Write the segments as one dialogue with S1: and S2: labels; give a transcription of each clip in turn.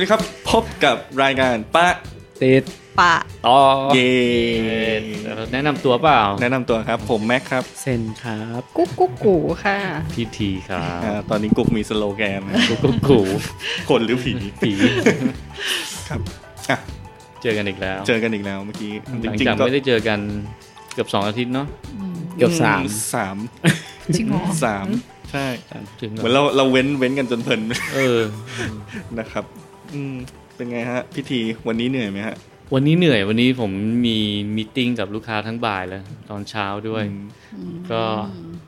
S1: ดีครับ พบกับรายการปะ
S2: ติด
S3: ปะ
S2: ต่อ
S1: เย่
S4: แนะนำตัวเปล่า
S1: แนะนำตัวครับผมแม็กครับ
S2: เซนครับ
S3: กุ๊กกุ๊กกูค่ะ
S4: พี่ทีครับ
S1: อ่าตอนนี้กุ๊กมีสโลแกนนะ
S4: กุ๊กกุ๊กกู
S1: คนหรือผี
S4: ผี
S1: อ่ะ
S4: เจอกันอีกแล้ว
S1: เจอกันอีกแล้วเมื่อกี้จ
S4: หลัง
S1: ริง
S4: จาก
S1: ๆก็
S4: ไม่ได้เจอกันเกือบสองอาทิตย์เนาะ
S2: เกือบสาม
S1: อื สาม
S3: จริงเหรอ
S1: สามใช่
S4: ถึง
S1: เหมือนเราเราเว้นเว้นกันจนเพลิน
S4: เออ
S1: นะครับ อืมเป็นไงฮะ พิธีวันนี้เหนื่อยไหมฮะ
S4: วันนี้เหนื่อยวันนี้ผมมีมีติ้งกับลูกค้าทั้งบ่ายแล้วตอนเช้าด้วย
S1: อืม
S4: ก็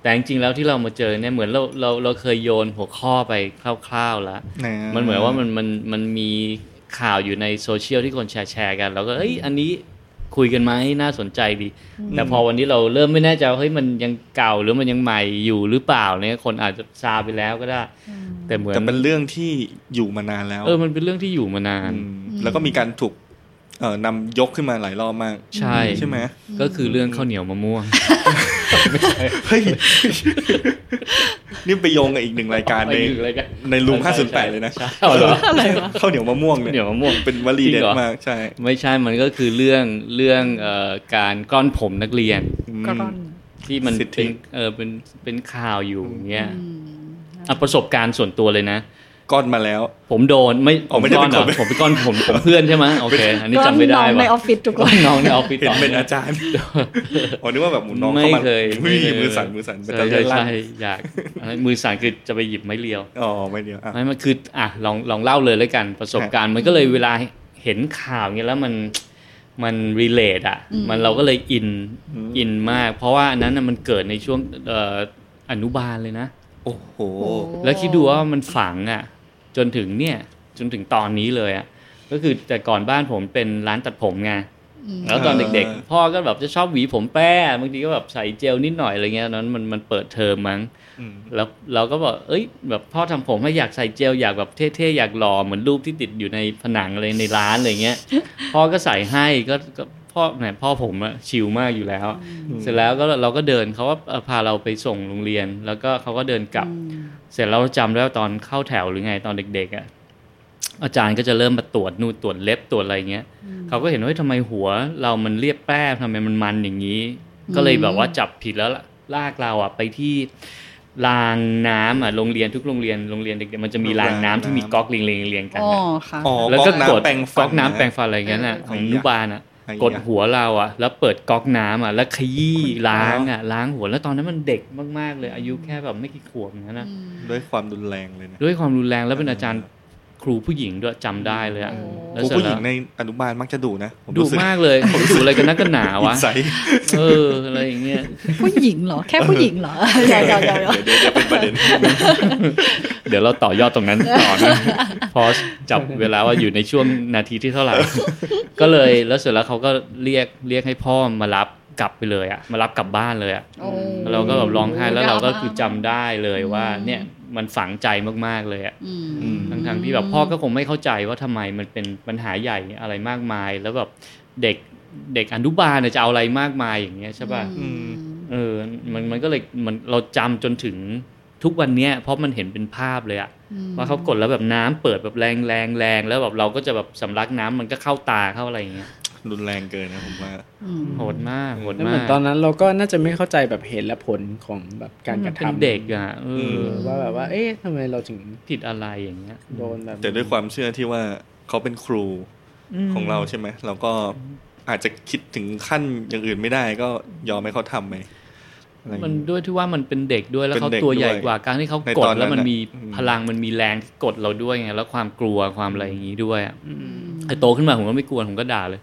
S4: แต่จริงๆแล้วที่เรามาเจอเนี่ยเหมือนเราเราเราเคยโยนหัวข้อไปคร่าวๆแล้ว
S1: ะ
S4: มันเหมือนว่ามันมันมันมีข่าวอยู่ในโซเชียลที่คนแชร์แชร์กันเราก็เอ้ยอันนี้คุยกันไหมน่าสนใจดี แต่พอวันนี้เราเริ่มไม่แน่ใจว่าเฮ้ยมันยังเก่าหรือมันยังใหม่อยู่หรือเปล่าเนี่ยคนอาจจะซาไปแล้วก็ได้ แต่เหมือน
S1: แต่เป็นเรื่องที่อยู่มานานแล้ว
S4: เออมันเป็นเรื่องที่อยู่มานาน
S1: อืมแล้วก็มีการถูกเอ่อนำยกขึ้นมาหลายรอบมาก
S4: ใช่
S1: ใช่ไหม
S4: ก็คือเรื่องข้าวเหนียวมะม่วง
S1: เฮ้ย นี่ไปโยงกับอีกหนึ่งรายการใน
S4: อะไรกัน
S1: ในรูม
S4: ใช่ใช่
S1: 58เลยนะ
S4: ใช่เอาเหรอ
S3: อะไรวะ
S1: ข้าวเหนียวมะม่วง
S4: ข้าวเหนี
S1: เนี่ย ยว
S4: มะม่วง
S1: เป็นวลีเด็
S4: จริ
S1: ด
S4: งเหรอ
S1: มากใช่
S4: ไม่ใช่มันก็คือเรื่องเรื่องเอ่อการกล้อนผมนักเรียน
S1: อืม
S3: กร่อน
S4: ที่มัน
S1: สิทธิ
S4: เป็นเออเป็นเป็นข่าวอยู่อย่างเงี้ย
S3: อืม
S4: อ่ะประสบการณ์ส่วนตัวเลยนะ
S1: ก้อนมาแล้ว
S4: ผมโดนไม่
S1: อ๋อไม่ได้
S4: ก้อน
S1: เป็น
S4: เหรอ
S1: คน
S4: ผมเป็นก้อนผมผมเพื่อนใช่ไหมโอเค อันนี้จำไม่ได้
S3: กร่อนน้องใน
S4: ว่ะ
S3: ออฟฟิศทุกค
S4: ก้อน นน้องในออฟฟิศ
S1: เห็น
S4: ต่
S1: เป็นอาจารย์อ๋อนึกว่าแบบหมุนน้อง
S4: ไม่
S1: เข้ามา
S4: เคย
S1: อุ้ย
S4: ไเคย
S1: มือสั่นมือสั่นเป็น
S4: ใช่
S1: ตะเลื่อน
S4: ใช่
S1: ลั่น
S4: ใช่อยากอันนั้นมือสั่นคือจะไปหยิบไม้เรียว
S1: อ๋อไม่เดียวอ่ะ
S4: ไม่มันคืออ่ะลองลองเล่าเลยแล้วกันประสบการณ์ มันก็เลยเวลาเห็นข่าวอย่างเงี้ยแล้วมันมันรีเลทอ่ะ
S3: อืม
S4: มันเราก็เลยอิน
S1: อืม
S4: อินมาก เพราะว่าอันนั้นน่ะมันเกิดในช่วงเอ่ออนุบาลเลยนะ
S1: โอ้โห
S3: โอ้
S4: แล้วคิดดูว่ามันฝังอ่ะ จนถึงเนี่ย จนถึงตอนนี้เลยอ่ะ ก็คือแต่ก่อนบ้านผมเป็นร้านตัดผมไง
S3: อืม
S4: แล้วตอนเด็ก
S1: อ่า
S4: ๆ พ่อก็แบบจะชอบหวีผมแป้บางทีก็แบบใส่เจลนิดหน่อยอะไรเงี้ยนั้นมันมันเปิดเทอมมั้ง
S1: อืม
S4: แล้วเราก็บอกเอ้ย แบบพ่อทำผมให้อยากใส่เจลอยากแบบเท่ๆอยากหล่อเหมือนรูปที่ติดอยู่ในผนังอะไรในร้านอะไรเงี้ย พ่อก็ใส่ให้ก็ก็พ่อแหมพ่อผมอะชิลมากอยู่แล้ว เสร็จแล้วก็เราก็เดินเขาก็เอ่อพาเราไปส่งโรงเรียน แล้วก็เขาก็เดินกลับ เสร็จแล้วจำได้ว่าตอนเข้าแถวหรือไงตอนเด็กๆอะ่ะอาจารย์ก็จะเริ่มมาตรวจนู่นตรวจเล็บตรวจอะไรเงี้ยเขาก็เห็นว่าเฮ้ยทำไมหัว เรามันเรียบแป้ทำไมมันมันอย่างนี้ ก็เลยแบบว่าจับผิดแล้วล่ะลากเราอ่ะไปที่รางน้ำอ่ะโรงเรียนทุกโรงเรียนโรงเรียนเด็กๆมันจะมีรางน้ำที่มีก๊อกเรียงๆเรียงๆกัน
S3: อ๋อ
S4: อะ
S3: ค่ะ
S1: อ๋อ
S4: แล้ว
S1: ก๊อ
S4: ก็
S1: ก
S4: กด
S1: น้ำแปรงฟั
S4: ก๊อน กน้ำแปรง
S1: ะ
S4: ฟันอะไรอย่างเงี้ยน่ะ
S1: เออ
S4: ของอนุบาลอ่ะ
S1: ไอ้ยะ
S4: กดหัวเราอ่ะ แล้วเปิดก๊อกน้ำอ่ะแล้วขยี้ล้างอ่ะล้างหัวแล้วตอนนั้นมันเด็กมากๆเลย อายุแค่แบบไม่กี่ขวบอย่างนั้นนะ
S1: ด้วยความรุนแรงเลยนะ
S4: ด้วยความรุนแรงแล้วเป็น
S1: เอออ
S4: อาจารย์ครูผู้หญิงด้วยจำได้เลยอะ
S3: โอ้
S4: แล้
S1: ครู
S4: วเสร็จ
S1: ผู้หญิง
S4: แล้ว
S1: ในอนุบาลมักจะดุนะผม
S4: ดุ
S1: รู้สึก
S4: มากเลยผมดุอะไรกันนักกันหนาวะ
S1: ใสย
S4: เอออะไรอย่างเงี้ย
S3: ผู้หญิงเหรอ แค่ผู้หญิงเหรอเดี๋ยวเดี๋ยวเดี๋ยวเดี๋ยว
S1: เดี๋ยวเดี๋ยวเป็นประเด็น
S4: เดี๋ยวเราต่อยอดตรงนั้นต่อนะพอจับเวลาว่าอยู่ในช่วงนาทีที่เท่าไหร่ ก็เลยแล้วเสร็จแล้วเขาก็เรียกเรียกให้พ่อมารับกลับไปเลยอะมารับกลับบ้านเลยอะ
S3: โอ้
S4: เราก็แบบร้องไห้แล้วเราก็คือจำ
S3: ดราม่
S4: ได้เลยว่า
S3: อืม
S4: เนี่ยมันฝังใจมากๆเลยอะ
S3: อืม
S1: อืม
S4: ทั้งๆที่แบบพ่อก็คงไม่เข้าใจว่าทำไมมันเป็นปัญหาใหญ่อะไรมากมาย แล้วแบบเด็กเด็กอนุบาลเนี่ยจะเอาอะไรมากมายอย่างเงี้ยใช่ป่ะ
S1: อืม
S4: เออมันมันก็เลยมันเราจำจนถึงทุกวันเนี้ยเพราะมันเห็นเป็นภาพเลยอะว่าเขากดแล้วแบบน้ำเปิดแบบแรงแรงแรงแล้วแบบเราก็จะแบบสำลักน้ำมันก็เข้าตาเข้าอะไรอย่างเงี้ย
S1: รุนแรงเกินนะผมว่า
S4: โหดมากโหด
S2: แล้ว
S4: มา
S2: เหมือน
S4: ก
S2: ตอนนั้นเราก็น่าจะไม่เข้าใจแบบเหตุและผลของแบบการกระ
S4: มันเป็น
S2: ทำ
S4: เด็กอะเออ
S1: ม
S2: เออว่าแบบว่า เอ๊ะทำไมเราถึง
S4: ผิดอะไรอย่างเงี้ย
S2: โดนแบบ
S1: แต่ด้วยความเชื่อที่ว่าเขาเป็นครูของเราใช่ไหมเราก็อาจจะคิดถึงขั้นอย่างอื่นไม่ได้ก็ยอมให้เขาทำไปอะไรอย่าง
S4: มัน
S1: เงี้ย
S4: ด้วยที่ว่ามันเป็นเด็กด้วยแล้วเขา
S1: เป็นเด็ก
S4: ตัวใหญ่
S1: ด้วย
S4: กว่าการที่เขา
S1: ใน
S4: ก
S1: ต
S4: ด
S1: อนนั้น
S4: แล้วมัน
S1: น่ะ
S4: มี
S1: อืม
S4: พลังมันมีแรงที่กดเราด้วยไงแล้วความกลัวความอะไรอย่างนี้ด้วยอะไอโตขึ้นมาผมก็ไม่กลัวผมก็ด่าเลย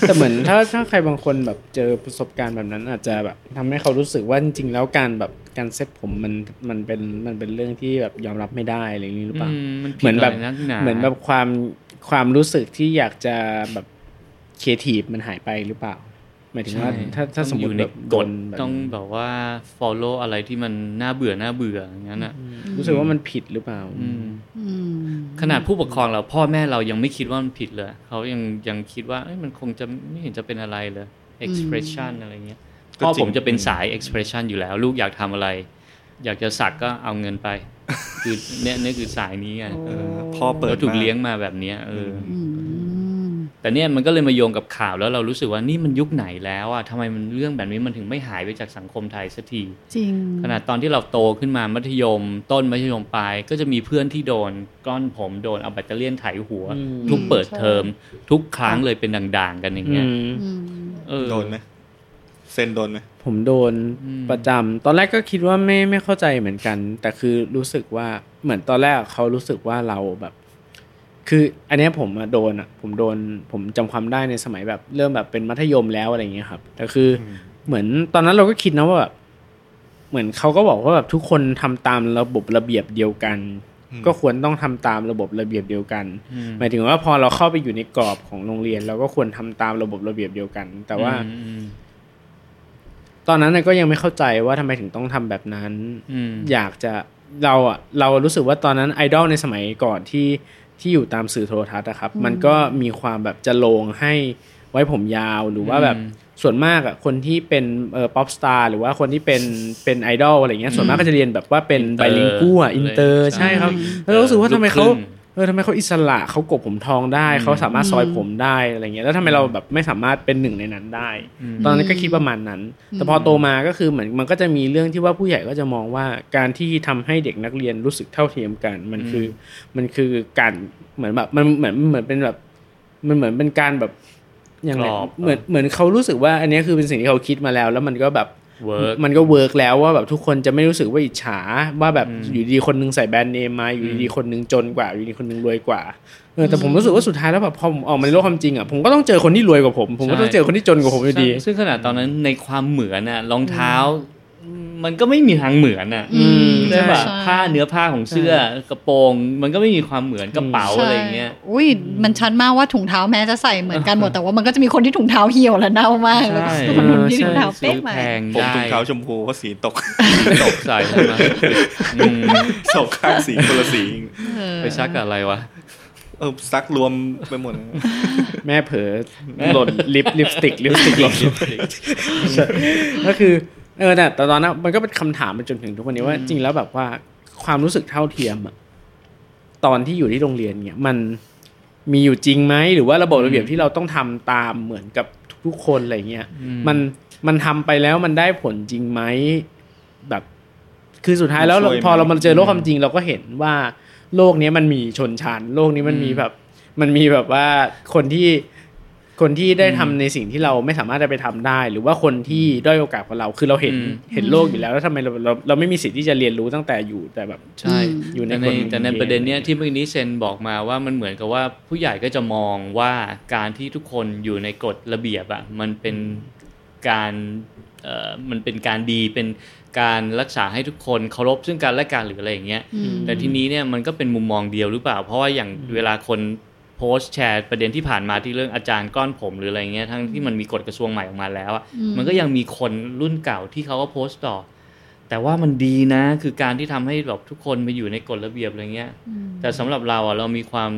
S2: แต่เหมือนถ้าถ้าใครบางคนแบบเจอประสบการณ์แบบนั้น อาจจะแบบทำให้เขารู้สึกว่าจริงๆแล้วการแบบการเซ็ตผมมันมันเป็นมันเป็นเรื่องที่แบบยอมรับไม่ได้อะไรอย่างนี้หรือเปล่า
S4: อืมมันผิด
S2: เหมือนแบบ
S4: อะไรนักหนา
S2: เหมือนแบบความความรู้สึกที่อยากจะแบบเคทีฟมันหายไปหรือเปล่าหมายถึงว่า
S4: ใช่
S2: ถ้าถ้าสมม
S4: อ
S2: ติ
S4: ยู่ใน
S2: แบบ
S4: ก
S2: โด
S4: ฎ
S2: นแบบ
S4: ต้องแบบว่า follow อะไรที่มันน่าเบื่อน่าเบื่ออย่างนั้นอ่ะ
S2: รู้สึกว่ามันผิดหรือเปล่า
S4: อืมขนาดผู้ปกครองเราพ่อแม่เรายังไม่คิดว่ามันผิดเลยเขายังยังคิดว่าเอ้ยมันคงจะไม่เห็นจะเป็นอะไรเลย expression อะไรเงี้ย
S1: ก็
S4: พ่อ
S1: จริง
S4: ผมจะเป็นสาย expression อยู่แล้ว ลูกอยากทำอะไร อยากจะสักก็เอาเงินไป คือ เนี่ยเนี่ยคือสายนี้ไง
S1: เออพ่อเปิด
S4: เราถูก
S1: มา
S4: เลี้ยงมาแบบเนี้ยเอออ
S3: อืม
S4: แต่เนี่ยมันก็เลยมาโยงกับข่าวแล้วเรารู้สึกว่านี่มันยุคไหนแล้วอ่ะทำไมมันเรื่องแบบนี้มันถึงไม่หายไปจากสังคมไทยสักที
S3: จริง
S4: ขนาดตอนที่เราโตขึ้นมามัธยม ต้นมัธยมปลายก็จะมีเพื่อนที่โดนก้อนผมโดนเอาแบตเตอรี่ยนไถหัว
S2: อืม
S4: ทุกเปิดเทอม ทุกครั้งเลยเป็นด่างๆ กันอย่างเงี้ย
S2: อืม
S3: อืม
S4: เออ
S1: โดนไหมเซนโดนไหม
S2: ผมโดน
S4: อืม
S2: ประจำตอนแรกก็คิดว่าไม่ไม่เข้าใจเหมือนกัน แต่คือรู้สึกว่าเหมือนตอนแรกเขารู้สึกว่าเราแบบ คือ อันเนี้ยผมอะโดนอะผมโดน ผมจำความได้ในสมัยแบบ เริ่มแบบเป็นมัธยมแล้วอะไรอย่างเงี้ยครับ แต่คืออ
S1: ม
S2: เหมือนตอนนั้นเราก็คิดนะว่าแบบเหมือนเขาก็บอกว่าแบบทุกคนทำตามระบบระเบียบเดียวกัน ก็ควรต้องทำตามระบบระเบียบเดียวกัน
S4: อืม
S2: หมายถึงว่าพอเราเข้าไปอยู่ในกรอบของโรงเรียน เราก็ควรทำตามระบบระเบียบเดียวกัน แต่ว่า
S4: อืม
S2: ตอนนั้นน่ะก็ยังไม่เข้าใจว่าทำไมถึงต้องทำแบบนั้น
S4: อืม
S2: อยากจะเราอะเรารู้สึกว่าตอนนั้นไอดอลในสมัยก่อนที่ที่อยู่ตามสื่อโทรทัศน์อะครับ
S3: อืม
S2: มันก็มีความแบบจะลงให้ไว้ผมยาวหรือว่าแบบส่วนมากอะคนที่เป็นเออป๊อปสตาร์หรือว่าคนที่เป็นเป็นไอดอลอะไรเงี้ยส่วนมากก็จะเรียนแบบว่าเป็นไบลิงกัวอินเตอร์ใช่ครับ แล้วเรารู้สึกว่าทำไมเขา
S4: ลูครึ่ง
S2: เออทำไมเขาอิสระเขากบผมทองได้
S4: อืม
S2: เขาสามารถซอยผมได้อะไรเงี้ยแล้วทำไมเราแบบไม่สามารถเป็นหนึ่งในนั้นได้
S4: ม
S2: ตอนนั้นก็คิดประมาณนั้น แต่พอโตมาก็คือเหมือนมันก็จะมีเรื่องที่ว่าผู้ใหญ่ก็จะมองว่าการที่ทำให้เด็กนักเรียนรู้สึกเท่าเทียมกัน มันคืออมันคือการเหมือนแบบมันเหมือนเหมือนเป็นแบบมันเหมือนเป็นการแบบยัง
S4: ก
S2: ไง
S4: รอบ
S2: เหมือน
S4: เหรอ
S2: เหมือนเขารู้สึกว่า อันเนี้ยคือเป็นสิ่งที่เขาคิดมาแล้ว แล้วมันก็แบบ
S4: เวิร์ก
S2: มันก็เวิร์กแล้วว่าแบบทุกคนจะไม่รู้สึกว่าอิจฉาว่าแบบ
S4: อืม
S2: อยู่ดีคนนึงใส่แบรนด์เนมมาอยู่ดีคนนึงจนกว่า อยู่ดีคนนึงรวยกว่าเออแต่ผมรู้สึกว่าสุดท้ายแล้วแบบพอผมออกมาในโลกความจริงอ่ะผมก็ต้องเจอคนที่รวยกว่าผม ผมก็ต้อง
S4: ใช่
S2: เจอคนที่จนกว่าผมอยู่ดี
S4: ซึ่งซึ่งขนาดตอนนั้นในความเหมือนอะรองเท้า มันก็ไม่มีทางเหมือนอะ
S2: อืม
S4: ใช่ป่ะ
S3: ใช่
S4: ผ้าเนื้อผ้าของเสื้อกระโปรง มันก็ไม่มีความเหมือนกระเป๋าอะไรอย่างเงี้ย
S3: ใช่อุ้ยมันชัดมากว่าถุงเท้าแม้จะใส่เหมือน กันหมด แต่ว่ามันก็จะมีคนที่ถุงเท้าเหี่ยวและเน่ามากแล้วก็
S4: ใช่
S3: คนที่ถุงเท้าเป๊
S4: ซื้
S3: ก
S4: อ
S3: มา
S4: แพง
S1: ผม
S4: ได้
S1: ถุงเท้าชมพูเพราะสีตก
S4: ตกใส่ใช่ไหมอืม
S1: สองข้างสีคนละสีเอง
S3: เออ
S4: ไปซักกับอะไรวะ
S1: เออซักรวมไปหมดเลย
S2: แม่เผลอหล่นลิปลิปสติกลิปส ติกหล่นใช่ก็คือเออแต่ตอนนั้นมันก็เป็นคำถามมาจนถึงทุกวันนี้ว่า จริงแล้วแบบว่าความรู้สึกเท่าเทียมอะตอนที่อยู่ที่โรงเรียนเนี่ยมันมีอยู่จริงไหมหรือว่าระบบระเบียบที่เราต้องทำตามเหมือนกับทุกๆคนอะไรเงี้ย
S4: อืม
S2: มันมันทำไปแล้วมันได้ผลจริงไหมแบบ คือสุดท้ายแล้วเราพอเรามาเจอโลกความจริงเราก็เห็นว่า โลกเนี้ยมันมีชนชั้นโลกนี้มันมีแบบ มันมีแบบว่าคนที่คนที่ได้ทำในสิ่งที่เราไม่สามารถจะไปทำได้ หรือว่าคนที่ด้อยโอกาสกว่าเราคือเราเห็น
S4: อืม
S2: เห็นโลกอยู่แล้วแล้วทำไมเราเราเราไม่มีสิทธิ์ที่จะเรียนรู้ตั้งแต่อยู่แต่แบบ
S4: ใช่
S2: อยู่ใน
S4: แต่
S2: คน
S4: ในแต่ใน
S2: เดียว
S4: ประเด็นเนี้ยที่เมื่อกี้นี้เซนบอกมาว่ามันเหมือนกับว่าผู้ใหญ่ก็จะมองว่าการที่ทุกคนอยู่ในกฎระเบียบอ่ะมันเป็นการเอ่อมันเป็นการดีเป็นการรักษาให้ทุกคนเคารพซึ่งกันและกันหรืออะไรอย่างเงี้ย
S3: อืม
S4: แต่ทีนี้เนี่ยมันก็เป็นมุมมองเดียวหรือเปล่า เพราะว่าอย่างเวลาคนโพสต์แชร์ประเด็นที่ผ่านมาที่เรื่องอาจารย์ก้อนผมหรืออะไรเงี้ยทั้งที่มันมีกฎกระทรวงใหม่ออกมาแล้วอะ
S3: อืม
S4: มันก็ยังมีคนรุ่นเก่าที่เขาก็โพสต์ต่อ แต่ว่ามันดีนะ คือการที่ทำให้แบบทุกคนมาอยู่ในกฎระเบียบอะไรเงี้ย
S3: อืม
S4: แต่สำหรับเราอ่ะเรามีความ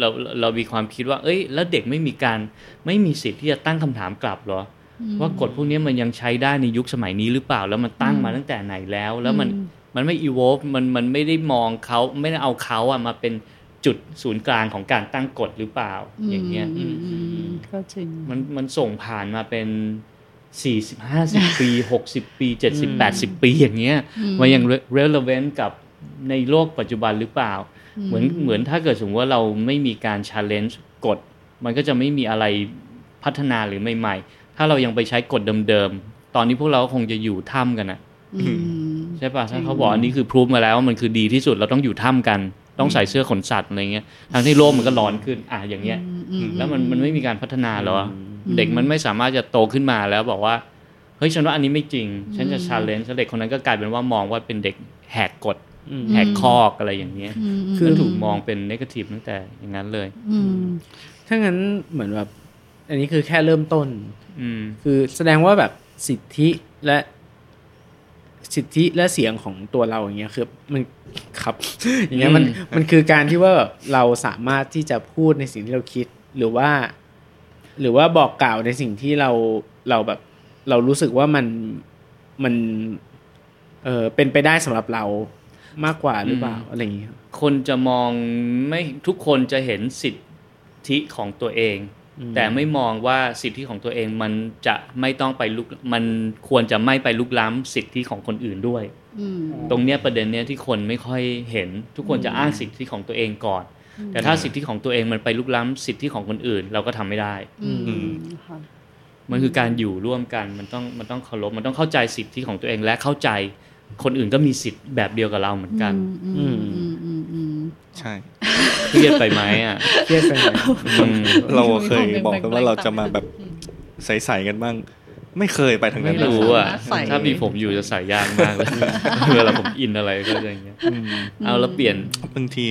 S4: เราเรามีความคิดว่า เอ้ย แล้วเด็กไม่มีการไม่มีสิทธิ์ที่จะตั้งคำถามกลับเหรอ
S3: อืม
S4: ว่ากฎพวกนี้มันยังใช้ได้ในยุคสมัยนี้หรือเปล่า แล้วมันตั้งมาตั้งแต่ไหนแล้ว แล้วมัน
S3: อืม
S4: มันไม่ evolve มันมันไม่ได้มองเขาไม่ได้เอาเขาอะมาเป็นจุดศูนย์กลางของการตั้งกฎหรือเปล่า อย่างเงี้ย
S3: อืมอืมอืมก็จริง
S4: มันมันส่งผ่านมาเป็นสี่สิบห้าสิบปีหกสิบปีเจ็ดสิบแปดสิบปีอย่างเงี้ย
S3: อืม
S4: มันยัง re- relevant กับในโลกปัจจุบันหรือเปล่า เหมือนเหมือนถ้าเกิดสมมติว่าเราไม่มีการ challenge กฎ มันก็จะไม่มีอะไรพัฒนาหรือใหม่ ๆ ถ้าเรายังไปใช้กฎเดิมๆ ตอนนี้พวกเราก็คงจะอยู่ถ้ำกันนะ
S3: อืม
S4: ใช่ปะถ้าเขาบอกอันนี้คือพรูฟมาแล้วว่ามันคือดีที่สุดเราต้องอยู่ถ้ำกัน ต้องใส่เสื้อขนสัตว์อะไรเงี้ยทางที่โลกมันก็ร้อนขึ้นอ่ะอย่างเงี้ย แล้วมันมันไม่มีการพัฒนาเหรอ
S3: อืม
S4: เด็กมันไม่สามารถจะโตขึ้นมาแล้วบอกว่า เฮ้ยฉันว่าอันนี้ไม่จริง ฉันจะ
S3: อืม
S4: ชาเลนจ์แล้วเด็กคนนั้นก็กลายเป็นว่ามองว่าเป็นเด็กแหกกฎ
S2: อืม
S4: แหกคอกอะไรอย่างเงี้ย
S3: อืม
S2: คื
S4: คือถูกมองเป็นนกาทีฟตั้งแต่อย่างนั้นเลย
S3: อืม
S2: ถ้างั้นเหมือนแบบ อันนี้คือแค่เริ่มต้น
S4: อืม
S2: คือแสดงว่าแบบสิทธิและสิทธิและเสียงของตัวเราอย่างเงี้ยคือมันครับ อย่างเงี้ยมัน
S4: อืม
S2: มันคือการที่ว่าแบบเราสามารถที่จะพูดในสิ่งที่เราคิดหรือว่า หรือว่าบอกกล่าวในสิ่งที่เราเราแบบ เรารู้สึกว่ามันมัน เออเป็นไปได้สำหรับเรา มากกว่าหรือเปล่าอะไรอย่างเงี้ยครับ
S4: คนจะมองไม่ทุกคนจะเห็นสิทธิของตัวเอง
S2: อื
S4: แต่ไม่มองว่าสิทธิของตัวเองมันจะไม่ต้องไปลุกมันควรจะไม่ไปลุกล้ำสิทธิของคนอื่นด้วย
S3: อืม
S4: ตรงเนี้ยประเด็นเนี้ยที่คนไม่ค่อยเห็น ทุกคนจะอ้างสิทธิของตัวเองก่อน
S3: อืม
S4: แต่ถ้าสิทธิของตัวเองมันไปลุกล้ำสิทธิของคนอื่น เราก็ทำไม่ได้
S3: อืมค่ะ
S4: มันคือการอยู่ร่วมกันมันต้องมันต้องเคารพมันต้องเข้าใจสิทธิของตัวเองและเข้าใจคนอื่นก็มีสิทธิ์แบบเดียวกับเราเหมือนกัน
S3: อืมอืมอืมอืม
S1: ใช่
S4: เครียดไปไหมอ่ะ
S2: เครียดไปไหม
S4: อืม
S1: เราเคยบอกกัน
S3: มีความเป็น
S1: ว่าเราจะมา
S3: แปลกๆ
S1: แบบใสๆกันบ้าง ไม่เคยไปทางนั้
S4: ไม่
S1: นเลย
S4: รู้อ่ะ
S3: ใส่
S4: ถ้ามีผมอยู่จะใส่ยากมากเลย เวลาผมอินอะไรก็จะอย่างเงี้ย
S1: อืม
S4: เอาแล้วเปลี่ยน
S1: บางที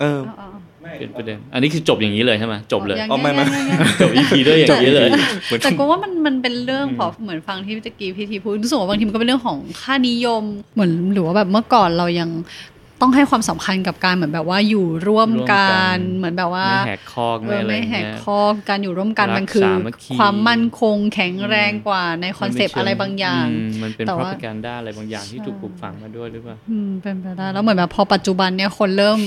S1: เออ
S3: เอาๆ
S4: เปลี่ยนประเด็น อันนี้คือจบอย่างนี้เลยใช่ไหมจบเลย
S3: ง
S1: อ๋อไม่ไม่
S3: ยังยังยัง
S4: จบอีพีด้วยอย่างนี้เลย
S1: เหมือน
S3: แต่ก็ว่ามันมันเป็นเรื่องพอเหมือนฟังที่ตะกี้พี่ทีพูดรู้สึกว่าบางทีมันก็เป็นเรื่องของค่านิยมเหมือนหรือว่าแบบเมื่อก่อนเรายังต้องให้ความสำคัญกับการเหมือนแบบว่าอยู่ร่วมกั
S4: ร่วมกัน น
S3: เหมือนแบบว่า
S4: ไม่แหกคอก
S3: เอ
S4: ไม่
S3: อ
S4: อะไร
S3: ไม่
S4: อย่าง
S3: แหก
S4: เงี้ย
S3: คอการอยู่ร่วมกัน
S4: รัก
S3: มันคือ
S4: สามัคคี
S3: ความมั่นคงแข็งแรงกว่าในคอนเซปต์อะไรบางอย่าง
S4: มมันเป็น
S3: แต่
S4: พร
S3: ว่า
S4: อพการด้าอะไรบางอย่างที่ถูกปลูกฝังมาด้วยหรือเปล่า
S3: อืมเป็นไปได้แล้วเหมือนแบบพอปัจจุบันเนี่ยคนเริ่ม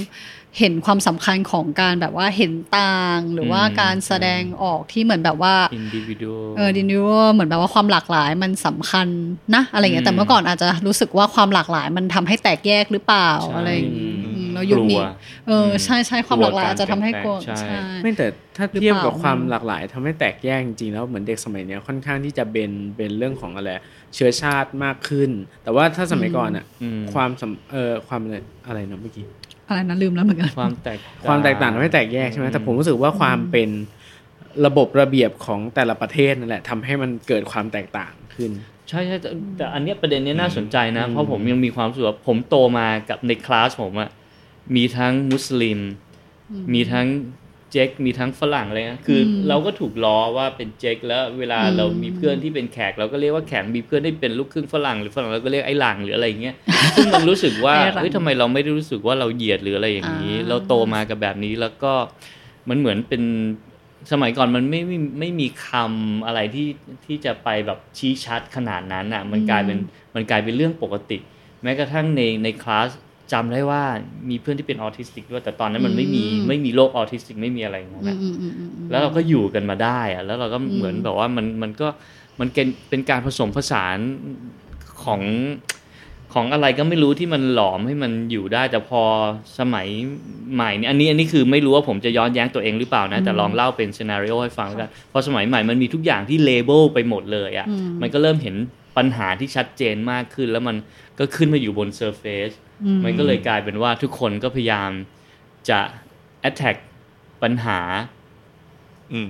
S3: เห็นความสำคัญของการแบบว่าเห็นต่าง หรือว่า
S4: อืม
S3: การแสดงออกที่เหมือนแบบว่า
S4: อินดิวิด
S3: เออดินดิวเหมือนแบบว่าความหลากหลายมันสำคัญนะ อะไรอย่างเงี้ย
S4: อืม
S3: แต่เมื่อก่อนอาจจะรู้สึกว่าความหลากหลายมันทำให้แตกแยกหรือเปล่าอะไรอย่างงี้อืมแล้วยุคนี้เออใช่ใช่ความหลากหลายอาจจะทำให้กลัว
S4: ใช่
S3: ใช่
S2: ไม่แต่ถ้าเทียบกั
S3: หรื
S2: บ
S3: อเปล่า
S2: ความหลากหลายทำให้แตกแยกจริงๆแล้วเหมือนเด็กสมัยเนี้ยค่อนข้างที่จะเบนเบนเรื่องของอะไรเชื้อชาติมากขึ้น แต่ว่าถ้าสมัยก่อนอ่ะ
S4: อืม
S2: ความสำเออความอะไรอะไรนะเมื่อกี้
S3: อะไรนะลืมแล้วเหมือนกัน
S4: ความแตก
S2: ความแตกต่างทำให้แตกแยกใช่ไหม
S4: อืม
S2: แต่ผมรู้สึกว่าความเป็นระบบระเบียบของแต่ละประเทศนั่นแหละทำให้มันเกิดความแตกต่างขึ้น
S4: ใช่ใช่แต่แต่อันเนี้ยประเด็นเนี้ยน่าสนใจนะ
S2: อืม
S4: เพราะผมยังมีความรู้สึกว่าผมโตมากับในคลาสผมอะมีทั้งมุสลิม
S3: อืม
S4: มีทั้งเจ๊กมีทั้งฝรั่งอะไรนะคืออ
S3: ม
S4: เราก็ถูกล้อว่าเป็นเจ๊กแล้วเวลา
S3: อืม
S4: เรามีเพื่อนที่เป็นแขกเราก็เรียกว่าแขกมีเพื่อนที่เป็นลูกครึ่งฝรั่งหรือฝรั่งเราก็เรียกไอ้หลังหรืออะไรอย่างเงี้ย ซึ่งมันรู้สึกว่า
S3: ไอ้หลัง
S4: เฮ้ยทำไมเราไม่ได้รู้สึกว่าเราเหยียดหรืออะไรอย่างนี้
S3: อ่า
S4: เราโตมากับแบบนี้แล้วก็มันเหมือนเป็นสมัยก่อนมันไม่ไม่ไม่มีคำอะไรที่ที่จะไปแบบชี้ชัดขนาดนั้นอ่ะมันกลายเป็นมันกลายเป็นเรื่องปกติ แม้กระทั่งในในคลาสจำได้ว่ามีเพื่อนที่เป็นออทิสติกด้วยแต่ตอนนั้นมันไม่มี
S3: อืม
S4: ไม่มีโรคออทิสติกไม่มีอะไรอย่างนั้น
S3: อื
S4: อะ
S3: มอืมอืมอืมอืม
S4: แล้วเราก็อยู่กันมาได้อะแล้วเราก็
S3: อืม
S4: เหมือนแบบว่ามันมันก็มันเป็นเป็นการผสมผสานของของอะไรก็ไม่รู้ที่มันหลอมให้มันอยู่ได้ แต่พอสมัยใหม่เนี่ยอันนี้อันนี้คือไม่รู้ว่าผมจะย้อนแย้งตัวเองหรือเปล่านะ แต่ลองเล่าเป็นซีนารีโอให้ฟังแล้วกันเพอสมัยใหม่มันมีทุกอย่างที่เลเบลไปหมดเลยอะ
S3: อืม
S4: มันก็เริ่มเห็นปัญหาที่ชัดเจนมากขึ้น แล้วมันก็ขึ้นมาอยู่บนเซอร์เฟซ
S3: อืม
S4: มันก็เลยกลายเป็นว่าทุกคนก็พยายามจะ attack ปัญหา
S1: อืม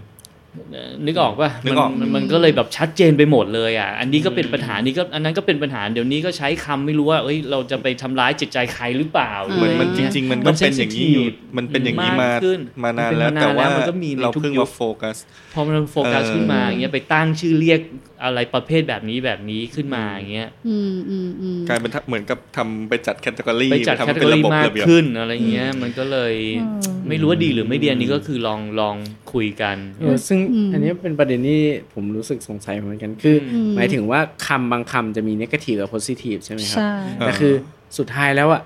S4: เอ่อนึกออกป่ะ
S1: นึกออก
S4: มัมันก็เลยแบบชัดเจนไปหมดเลยอ่ะ อันนี้ก็เป็นปัญหานี้ก็อันนั้นก็เป็นปัญหาเดี๋ยวนี้ก็ใช้คำไม่รู้ว่าเอ้ยเราจะไปทำร้ายจิตใจใครหรือเปล่า
S3: อื
S1: เหมือนมันจ
S4: หรืออะไรเงี้ย
S1: ริง ๆ มันก็เป็นอย่างนี้อยู่
S4: sensitive
S1: มันเป็นอย่างนี้มาม
S4: ากขึ้น
S1: มานานแล้ว
S4: มันเป็นมานาน
S1: แต่ว่า
S4: แล้วมันก็มีใน
S1: เรา
S4: ทุก
S1: เพิ่ง
S4: ยุ
S1: มา
S4: ค
S1: โฟกัส
S4: พอมันโฟกัส
S1: เออ
S4: ขึ้นมาอย่างเงี้ยไปตั้งชื่อเรียกอะไรประเภทแบบนี้แบบนี้ขึ้นมาอย่างเงี้ย
S3: อืมอืมอืม
S1: กลายเป็นเหมือนกับทำไปจัดแคตตากรี
S4: ไปจัด
S1: ทำ
S4: แคตตา
S1: เป็น
S4: ล็
S1: ระ
S4: อ
S1: บบ
S4: มาก
S1: ระเบียบ
S4: ขึ้นอะไรเงี้ยมันก็เลย
S3: อืม
S4: ไม่รู้ว่าดีหรือไม่ดีอันนี้ก็คือลองลองคุยกัน
S2: เออซึ่ง
S3: อืม
S2: อันนี้เป็นประเด็นที่ผมรู้สึกสงสัยเหมือนกันคือ
S3: ม
S2: หมายถึงว่าคำบางคำจะมี negative กับ positive ใช่ไหมครับ
S3: ใช่
S1: เออ
S2: แต่คือสุดท้ายแล้วอ่ะ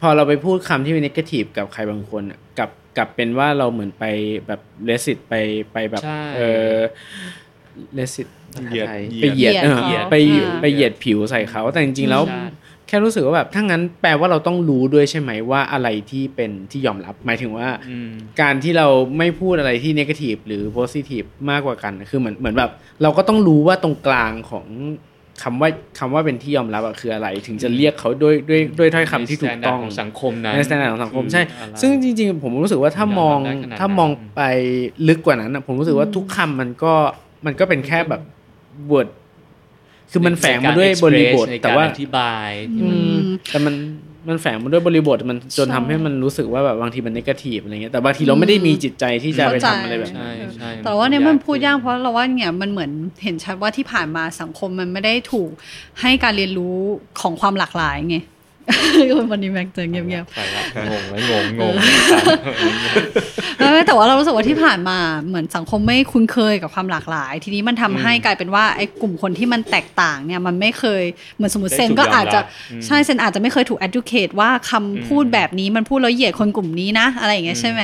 S2: พอเราไปพูดคำที่มี negative กับใครบางคนอะกลับกลับเป็นว่าเราเหมือนไปแบบเลสิตไปไปแบบ
S4: ใช่
S2: เออเลสิต
S1: เหยียด
S2: ไปเหยียดเออ
S3: เหยียด
S2: ไปอยู่
S3: อ่า
S2: ไปเหยียดผิวใส่เขาแต่จริงๆแล้ว
S4: ใช่
S2: แค่รู้สึกว่าแบบถ้างั้นแปลว่าเราต้องรู้ด้วยใช่ไหมว่าอะไรที่เป็นที่ยอมรับ หมายถึงว่า
S4: อืม
S2: การที่เราไม่พูดอะไรที่เนกาทีฟหรือโพซิทีฟมากกว่ากันคือเหมือนเหมือนแบบ เราก็ต้องรู้ว่าตรงกลางของคำว่าคำว่าเป็นที่ยอมรับอะคืออะไร ถึงจะเรียกเขาด้วยด้วยด้วยถ้อยคำที่ถูกต้อง
S4: ใน standard ของสังคมนั้น
S2: ในสแตนดาร์ดของสังคมใช่
S4: คืออะไร
S2: ซึ่งจริงๆ ผมรู้สึกว่าถ้ามอง
S4: ยอมรับได้ขนาดนั้น
S2: ถ้ามองไปลึกกว่านั้นอะผมรู้สึกว่าทุกคำมันก็มันก็เป็นแค่แบบบทคือมันแฝงมาด้วยบริบท
S4: ในกร express ในกร
S2: แต่ว่า
S4: อธิบาย
S2: อืมแต่มันมันแฝงมาด้วยบริบทมันจน
S3: ใช่
S2: ทำให้มันรู้สึกว่าแบบบางทีมันนกาทีฟอะไรเงี้ยแต่บางทีเราไม่ได้มีจิตใจที่จะไปทำ
S3: เข้าใจ
S2: อะไรแบบนั้น
S4: ใช่ใช่
S3: แต่ว่าเนี่ยมันพูดยากเพราะเราว่าเนี่ยมันเหมือนเห็นชัดว่าที่ผ่านมาสังคมมันไม่ได้ถูกให้การเรียนรู้ของความหลากหลายไง วันนี้แม็กเจอเงียบ
S4: ไปละงงแล้วงงงง
S3: ๆไม่แต่ว่าเรารู้สึกว่าที่ผ่านมาเหมือนสังคมไม่คุ้นเคยกับความหลากหลาย ทีนี้มันทำให้กลายเป็นว่าไอ้กลุ่มคนที่มันแตกต่างเนี่ยมันไม่เคยเหมือนสมมติเซนก็อาจจะ ใช่เซนอาจจะไม่เคยถูก educate ว่าคำพูดแบบนี้มันพูดแล้วเหยียดคนกลุ่มนี้นะ อะไรอย่างเงี้ยใช่ไหม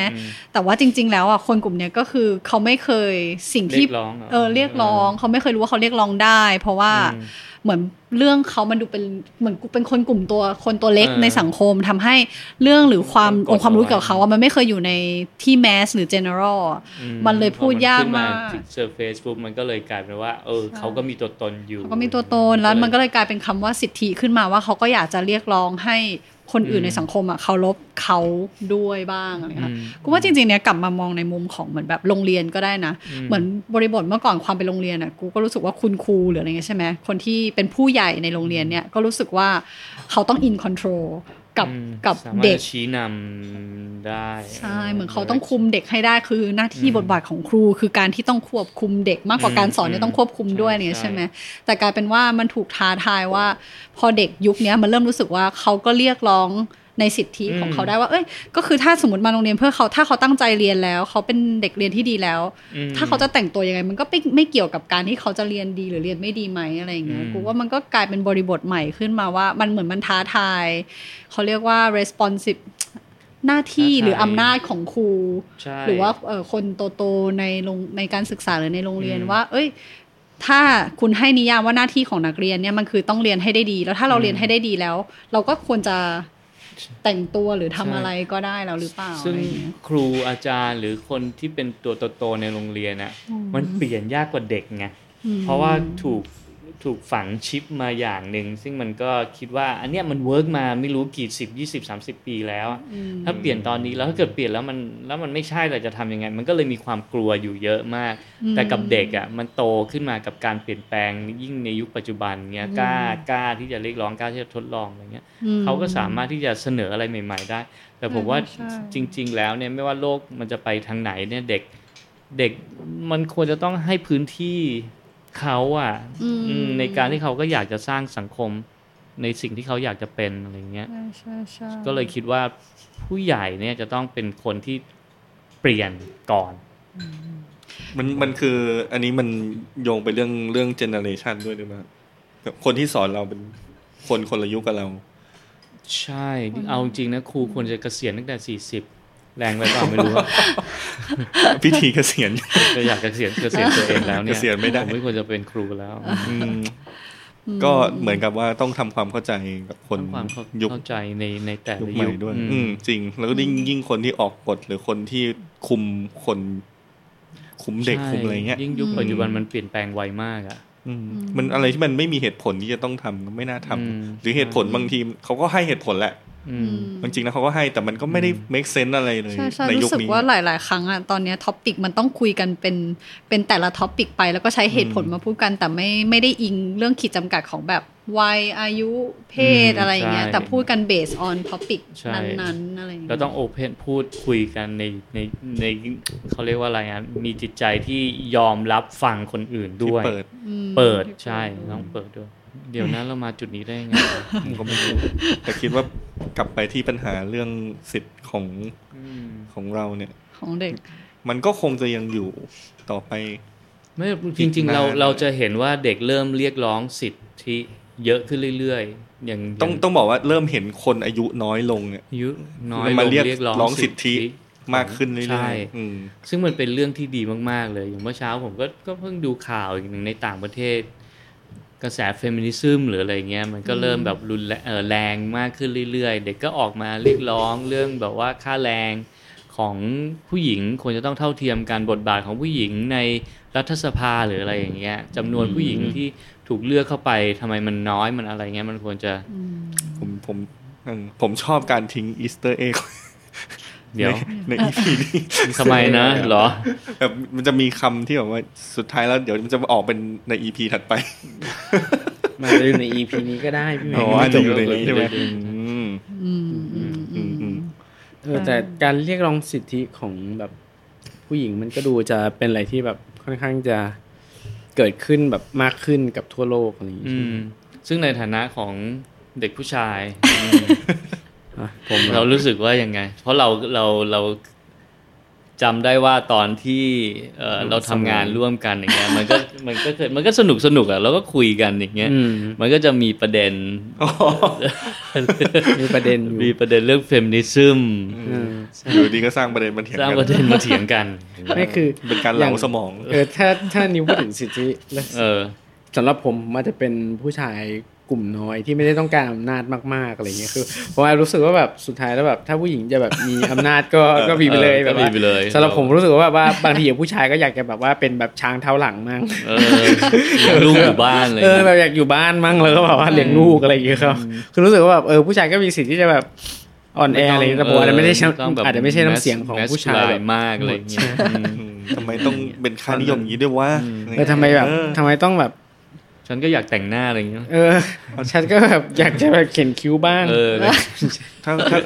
S3: แต่ว่าจริง ๆ แล้วอ่ะคนกลุ่มเนี้ยก็คือเขาไม่เคยสิ่ง
S4: เรี
S3: ที่
S4: ยกร้องห
S3: เออเรียกร้องเขาไม่เคยรู้ว่าเขาเรียกร้องได้ เพราะว่า
S4: อืม
S3: เหมือนเรื่องเขามันดูเป็นเหมือนเป็นคนกลุ่มตัวคนตัวเล็ก
S4: เออ
S3: ในสังคมทำให้เรื่องหรือความ
S4: กด
S3: องค์ความรู้
S4: เอาไว้
S3: เกี่ยวกับเขาอะมันไม่เคยอยู่ในที่แมสหรือ general อะ
S4: อื
S3: มันเลยพูดยากมาก
S4: เซอร์เฟซปุ๊บมันก็เลยกลายเป็นว่า เออเขาก็มีตัวตนอยู่
S3: เขาก็มีตัวตนแล้วมันก็เลยกลายเป็นคำว่าสิทธิขึ้นมาว่าเขาก็อยากจะเรียกร้องให้คนอื่นในสังคมอะเคารพเขาด้วยบ้างอะไร
S4: อื
S3: เงี้ย
S4: ม
S3: กูว่าจริงๆเนี้ยกลับมามองในมุมของเหมือนแบบโรงเรียนก็ได้นะ
S4: อืม
S3: เหมือนบริบทเมื่อก่อนความเป็นโรงเรียนอ่ะกูก็รู้สึกว่าคุณครูหรืออะไรเงี้ยใช่ไหมคนที่เป็นผู้ใหญ่ในโรงเรียนเนี่ยก็รู้สึกว่าเขาต้องอินคอนโทรลกับ
S4: อืม
S3: กับ
S4: สามารถ
S3: เด็ก
S4: จะชี้นำได้
S3: ใช่เหมือนเขาต้องคุมเด็กให้ได้คือหน้าที่บทบาทของครู คือการที่ต้องควบคุมเด็กมากกว่าการสอนเนี่ยต้องควบคุมด้วยเนี่ยใช่ไหมแต่กลายเป็นว่ามันถูกท้าทายว่า พอเด็กยุคเนี้ยมันเริ่มรู้สึกว่าเขาก็เรียกร้องในสิทธิของเขาได้ว่าเอ้ยก็คือถ้าสมมติมาโรงเรียนเพื่อเขาถ้าเขาตั้งใจเรียนแล้ว เขาเป็นเด็กเรียนที่ดีแล้ว
S4: อืม
S3: ถ้าเขาจะแต่งตัวยังไงมันก็ไม่ไม่เกี่ยวกับการที่เขาจะเรียนดีหรือเรียนไม่ดีไหมอะไรอย่างเงี้ย
S4: อืม
S3: กูว่ามันก็กลายเป็นบริบทใหม่ขึ้นมาว่ามันเหมือนมันท้าทาย เขาเรียกว่า responsive หน้าที่หรืออำนาจของครู
S4: ใช่
S3: หรือว่าเอ่อคนโตๆในโรงในการศึกษาหรือในโรงเรียน
S4: อืม
S3: ว่า เอ้ย ถ้าคุณให้นิยามว่าหน้าที่ของนักเรียนเนี่ยมันคือต้องเรียนให้ได้ดี แล้วถ้าเราเรียน
S4: อืม
S3: ให้ได้ดีแล้ว เราก็ควรจะแต่งตัวหรือทำอะไรก็ได้แล้วหรือเปล่า
S4: ซึ่ง
S3: อะไรอย่างเงี้ย
S4: ครูอาจารย์หรือคนที่เป็นตัวโตๆในโรงเรียนน่ะ
S3: อืม
S4: มันเปลี่ยนยากกว่าเด็กไง
S3: อืม
S4: เพราะว่าถูกถูกฝังชิปมาอย่างหนึ่ง ซึ่งมันก็คิดว่า อันเนี้ยมันเวิร์กมาไม่รู้กี่สิบยี่สิบสามสิบปีแล้วอะ
S3: อืม
S4: ถ้าเปลี่ยนตอนนี้แล้วถ้าเกิดเปลี่ยนแล้วมันแล้วมันไม่ใช่เราจะทำยังไง มันก็เลยมีความกลัวอยู่เยอะมาก แต่กับเด็กอ่ะมันโตขึ้นมากับการเปลี่ยนแปลงยิ่งในยุคปัจจุบันเงี้ยกล้ากล้าที่จะเรียกร้องกล้าที่จะทดลองอะไรเงี้ย
S3: อื
S4: เขาก็สามารถที่จะเสนออะไรใหม่ ๆ ได้ แต่ผม
S3: อืม
S4: ว่า
S3: ใช่
S4: จริง ๆ แล้วเนี่ยไม่ว่าโลกมันจะไปทางไหนเนี่ยเด็กเด็กมันควรจะต้องให้พื้นที่เขาอ่ะ
S3: อืม
S4: อืมในการที่เขาก็อยากจะสร้างสังคมในสิ่งที่เขาอยากจะเป็นอะไรเงี้ย
S3: ใช่ใช่ใช่
S4: ก็เลยคิดว่าผู้ใหญ่เนี่ยจะต้องเป็นคนที่เปลี่ยนก่อน
S1: มันมันคืออันนี้มันโยงไปเรื่องเรื่องเจเนอเรชันด้วยหรือเปล่าแบบคนที่สอนเราเป็นคนคนละยุคกับเรา
S4: ใช่ เอาจริงนะครูควรจะเกษียณตั้งแต่ 40 แรงไปเปล่าไม่รู้อะ
S1: พิธีเกษียณ
S4: แต่อยากเกษียณเกษียณตัวเองแล้วเนี่ย
S1: เกษียณไม่ได้
S4: ผมไม่ควรจะเป็นครูแล้ว
S1: อืมก็เหมือนกับว่าต้องทำความเข้าใจกับคน
S4: ทั้งความเข้า
S1: ยุค
S4: เข้าใจในในแต่
S1: ยุค
S4: ละ
S1: ให
S4: ยุ
S1: ม่
S4: ค
S1: ด้วย
S4: อืม
S1: อืมจริง แล้วก็ยิ่งยิ่งคนที่ออกกฎหรือคนที่คุมคน คุมเด็กคุมอะไรเงี้ย
S4: ใช่ยิ่งยุคปัจจุบันมันเปลี่ยนแปลงไวมากอ่ะ
S1: อืมมันอะไรที่มันไม่มีเหตุผลที่จะต้องทำก็ไม่น่าทำ
S4: อืม
S1: หรือเหตุผลบางทีเขาก็ให้เหตุผลแหละ
S4: อื
S3: อื
S4: ม
S3: ม
S1: จริงๆแล้วเขาก็ให้แต่มันก็ไม่ได้ make sense อะไรเลย
S3: ใช่ใช่
S1: ในยุ
S3: รู้
S1: ค
S3: สึก
S1: นี้
S3: ว่าหลาย ๆ ครั้งอะตอนเนี้ท็อปปิกมันต้องคุยกันเป็นเป็นแต่ละท็อปปิกไป แล้วก็ใช้เหตุผลมาพูดกันแต่ไม่ไม่ได้อิงเรื่องขีดจำกัดของแบบวัยอายุเพศ
S4: อืม
S3: อะไรอย่างเงี้ย
S4: ใช่
S3: แต่พูดกันเบสออนท็อปปิก
S4: ใช่
S3: นั้น ๆ อะไรอย่าง
S4: เรา
S3: เงี้ย
S4: ต้องโอเพนพูดคุยกันในในในเขาเรียกว่าอะไรอ่ะมีจิตใจที่ยอมรับฟังคนอื่นด้วย
S1: ที่เปิด
S3: อืม
S4: เปิดใช่ต้องเปิดด้วย เดี๋ยวนั้นเรามาจุดนี้ได้ยังไง
S1: ผมก็ไม่รู้แต่คิดว่ากลับไปที่ปัญหาเรื่องสิทธิ์ของ
S4: อืม
S1: ของเราเนี่ย
S3: ของเด็ก
S1: มันก็คงจะยังอยู่ต่อไป
S4: ไม่จริง ๆ เรา
S1: อีกนาน
S4: เราจะเห็นว่าเด็กเริ่มเรียกร้องสิทธิเยอะขึ้นเรื่อยๆ อย่าง
S1: ต้องต้องบอกว่าเริ่มเห็นคนอายุน้อยลงเนี่ย
S4: อายุน้อย
S1: มา
S4: ลง
S1: เรียก
S4: เรียก
S1: ร้
S4: ร้
S1: อ
S4: อง ง
S1: สิ
S4: สิ
S1: ท
S4: ท
S1: ธิ
S4: ธิ
S1: มากขึ้นเรื่
S4: ใช่
S1: อยๆอืม
S4: ซึ่งมันเป็นเรื่องที่ดีมาก ๆ เลย อย่างเมื่อเช้าผมก็ก็เพิ่งดูข่าวอีกหนึ่งในต่างประเทศ กระแสเฟมินิซึมหรืออะไรเงี้ยมันก็เริ่มแบบรุนแรงเอ่อแรงมากขึ้นเรื่อย ๆ เด็กก็ออกมาเรียกร้องเรื่องแบบว่าค่าแรงของผู้หญิงควรจะต้องเท่าเทียมกันบทบาทของผู้หญิงในรัฐสภาหรืออะไรอย่างเงี้ยจำนวนผู้หญิงที่ถูกเลือกเข้าไปทำไมมันน้อยมันอะไรเงี้ยมันควรจะ
S1: ผมผมอืมผมชอบการทิ้งอีสเตอร์เอ็ก
S4: เดี๋ยว
S1: ในอีพีนี้
S4: ทำไมนะเหรอ
S1: แบบมันจะมีคำที่แบบว่าสุดท้ายแล้วเดี๋ยวมันจะออกเป็นในอีพีถัดไป
S2: มาดูใน EP นี้ก็ได้พี่แม่
S1: อ๋ออาจจะอยู่ในนี้ใช่ไหม
S4: อยู่ในนี้
S1: อืม
S3: อืมอืม
S1: อืมอืม
S2: เออแต่การเรียกร้องสิทธิของแบบผู้หญิงมันก็ดูจะเป็นอะไรที่แบบค่อนข้างจะเกิดขึ้นแบบมากขึ้นกับทั่วโลกอะไรอย่าง
S4: อื
S2: งี้
S4: มซึ่งในฐานะของ เด็กผู้ชาย
S2: อ่ะผม
S4: เรารู้สึกว่ายังไง เพราะเราเราเราจำได้ว่าตอนที่เอ่อ
S2: อืม
S4: เราทำงานร่วมกันอย่างเงี้ ยมันก็มันก็เคยมันก็สนุกสนุกอ่ะเราก็คุยกันอย่างเงี้ย
S2: อืม
S4: มันก็จะมีประเด็น
S1: อ๋อ
S2: มีประเด็นอยู่
S4: มีประเด็นเรื่องเฟมินิซึม
S2: อืม
S1: อยู่ดีก็สร้างประเด็นมาเถียง
S4: สร้าง
S1: กั
S4: ประเด็นมาเถียง กัน
S2: ไม่คือ
S1: เป็นการเหลา
S2: อย่าง
S1: สมอง
S2: เออถ้าถ้านิ้วพูดถึงสิทธิและ
S4: เออ
S2: สำหรับผมผมอาจจะเป็นผู้ชายกลุ่มน้อยที่ไม่ได้ต้องการอำนาจมากๆอะไรเงี้ยคือผมอาจรู้สึกว่าแบบสุดท้ายแล้วแบบ ถ้าผู้หญิงจะแบบมีอำนาจ ก็ก็มีไปเลย
S4: เออ
S2: แบบ
S4: ก็มี
S2: ว่า
S4: ไปเลย
S2: สำหรับผมรู้สึกว่าแบบว่าบางทีผู้ชายก็อยากจะแบบว่าเป็นแบบช้างเท้าหลังมั่ง
S4: เออลูกอยู่บ้านเลย
S2: เออแบบอยากอยู่บ้านมั่งแล้วก็แบบว่าเลี้ยงลูกอะไรอย่างเงี้ยครับคือรู้สึกว่าแบบเออผู้ชายก็มีสิทธิ์ที่จะแบบอ่อนแออะไรแต่ผมอาจจะไม่ได้ใช้
S4: ต้องแบบ
S2: อาจจะไม่ใช่น้ำเสียงของผู้ชาย
S4: masculine มากอะไรอย่างเงี้ยอืม
S1: อืมทำไมต้องเป็นค่านิยมอย่างนี้ด้วยวะ
S4: อืม
S2: เออทำไมแบบ
S1: เออ
S2: ทำไมต้องแบบ
S4: ฉันก็อยากแต่งหน้าอะไรอย่างเงี้ย
S2: เออ ฉันก็แบบอยากจะแบบเขียนคิ้วบ้าง
S4: เออ
S1: ถ้าถ้า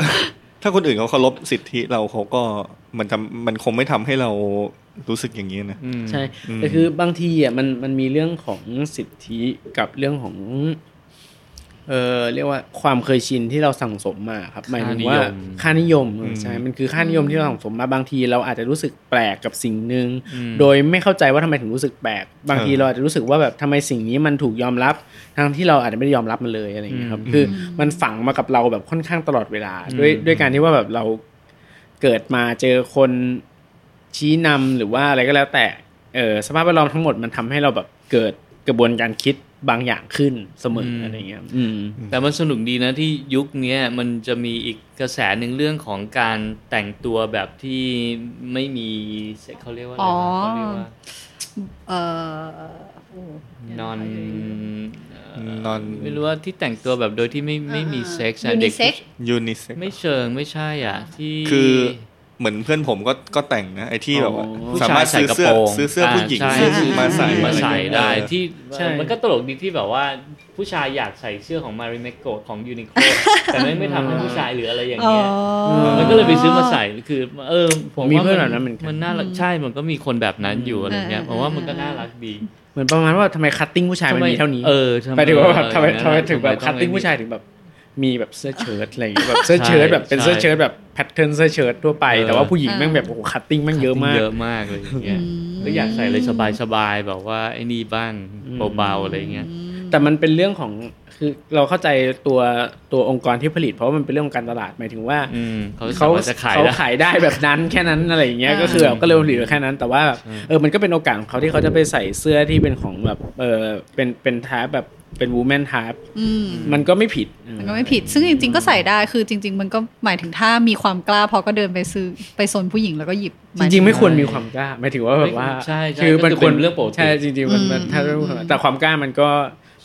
S1: ถ้าคนอื่นเขาเคารพสิทธิเราเขาก็มันจะมันคงไม่ทำให้เรารู้สึกอย่างนี้นะ
S2: ใช่
S1: อืม
S2: แต่คือบางทีอ่ะมันมันมีเรื่องของสิทธิกับเรื่องของ เออเรียกว่าความเคยชินที่เราสั่งสมมาครับหมายถึงว่า
S4: ค่านิยม
S2: ค่านิยมเออใช่ มันคือค่านิยมที่เราสั่งสมมาบางทีเราอาจจะรู้สึกแปลกกับสิ่งหนึ่งโดยไม่เข้าใจว่าทำไมถึงรู้สึกแปลก บางทีเราอาจจะรู้สึกว่าแบบทำไมสิ่งนี้มันถูกยอมรับทั้งที่เราอาจจะไม่ได้ยอมรับมันเลยอะไรอย่างเงี้ยครับ คือมันฝังมากับเราแบบค่อนข้างตลอดเวลา ด้วยด้วยการที่ว่าแบบเราเกิดมาเจอคน ชี้นำหรือว่าอะไรก็แล้วแต่เออสภาพแวดล้อมทั้งหมดมันทำให้เราแบบเกิดกระบวนการคิดบางอย่างขึ้นเสมอ
S4: ม
S2: อะไรเงี้ยอืม
S4: แต่มันสนุกดีนะที่ยุคเนี้ยมันจะมีอีกกระแสหนึ่งเรื่องของการแต่งตัวแบบที่ไม่มีเซ็กเขาเรียกว่าอะไร
S3: อ๋อ
S4: วะเขาเรียกว่า
S3: เออโอ้
S4: นอน
S1: นอน
S4: ไม่รู้ว่าที่แต่งตัวแบบโดยที่ไม่ไม่มีเซ็กซ์อะเด็ก
S3: unisex
S1: ยูนิเซ็ก
S4: ไม่เชิงไม่ใช่อ่ะ ที่
S1: คือเหมือนเพื่อนผมก็ก็แต่งนะไอ้ที่แบบว่า
S2: อ๋อ
S1: สามารถซื้อเสื้อ
S4: ผู้ชายใส่กระโปรง
S1: ซื้อเสื้อผู้หญิง
S4: อ่าใช่
S1: ซื้อผู้หญิงมาใส่
S4: มาใส่
S1: อะไรเงี้ย
S4: ได้ที่
S2: ใช่
S4: มันก็ตลกดีที่แบบว่าผู้ชายอยากใส่เสื้อของมาริเมโกของยูนิโคแต่ไม่ไม่ทำให้ผู้ชายหรืออะไรอย่าง
S3: อ๋อ
S4: เงี้ยมันก็เลยไปซื้อมาใส่คือเออผม
S2: มี
S4: ว่า
S2: เพื่อนแบบนั้นเหมือนกัน
S4: มันน่ารักใช่มันก็มีคนแบบนั้นอยู่อะไรเงี้ย
S3: เออ
S4: ผมว่ามันก็น่ารักดี
S2: เหมือนประมาณว่าทำไมคัตติ้งผู้ชายมันมีเท่านี้
S4: เออ
S2: ไปถึงว่าแบบ
S4: เออ
S2: ทำไม
S4: อย่
S2: ทำไม
S4: นั้น
S2: ถึงแบบ
S4: ทำไมอ
S2: คัตติ้งผู้ชายถึงแบบ มีแบบเสื้อเชิ้ตอะไรอย่างเงี้ยแบบเสื้อเชิ้ตแบบเป็น
S4: ใช่
S2: เสื้อเชิ้ตแบบแพทเทิร์นเสื้อเชิ้ตทั่วไป
S4: เออ
S2: แต่ว่าผู้หญิงแม่งแบบโอ้โหคัตติ้งแม่งเยอะมาก
S4: เยอะมากเลยอย่างเงี้ย ก็อยากใส่เลยสบายๆแบบว่าไอ้นี่บ้างเบาๆอะไรเงี้ย
S2: แต่มันเป็นเรื่องของคือเราเข้าใจตัวตัวองค์กรที่ผลิต เพราะว่ามันเป็นเรื่องของการตลาดหมายถึงว่า
S4: อืมเขา
S2: เขา
S4: สามารถจะขาย
S2: เขา
S4: ได้
S2: ขายได้แบบนั้นแค่นั้นอะไรอย่างเงี้ย
S3: อ่า
S2: ก็คือแบบก็เร็วหรือแค่นั้น แต่ว่าแบบเออมันก็เป็นโอกาสของเขาที่เขาจะไปใส่เสื้อที่เป็นของแบบเออเป็นเป็นทาร์แบบเป็นวูแมนทาร์
S3: อืม
S2: มันก็ไม่ผิด
S3: มันก็ไม่ผิด ซึ่งจริง ๆ ก็ใส่ได้คือจริง ๆ มันก็หมายถึงถ้ามีความกล้าพอก็เดินไปซื้อไปโซนผู้หญิงแล้วก็หยิบ
S2: จริงๆไม่ควรมีความกล้าหมายถึงว่าแบบว่า
S4: ใช่ใช่
S2: คือมัน
S4: ก็คือ
S2: ควร
S4: เป็นเรื่องปกติ
S2: ใช่จริงๆมันมันถ้าเรื่องความแต่ความกล้ามันก็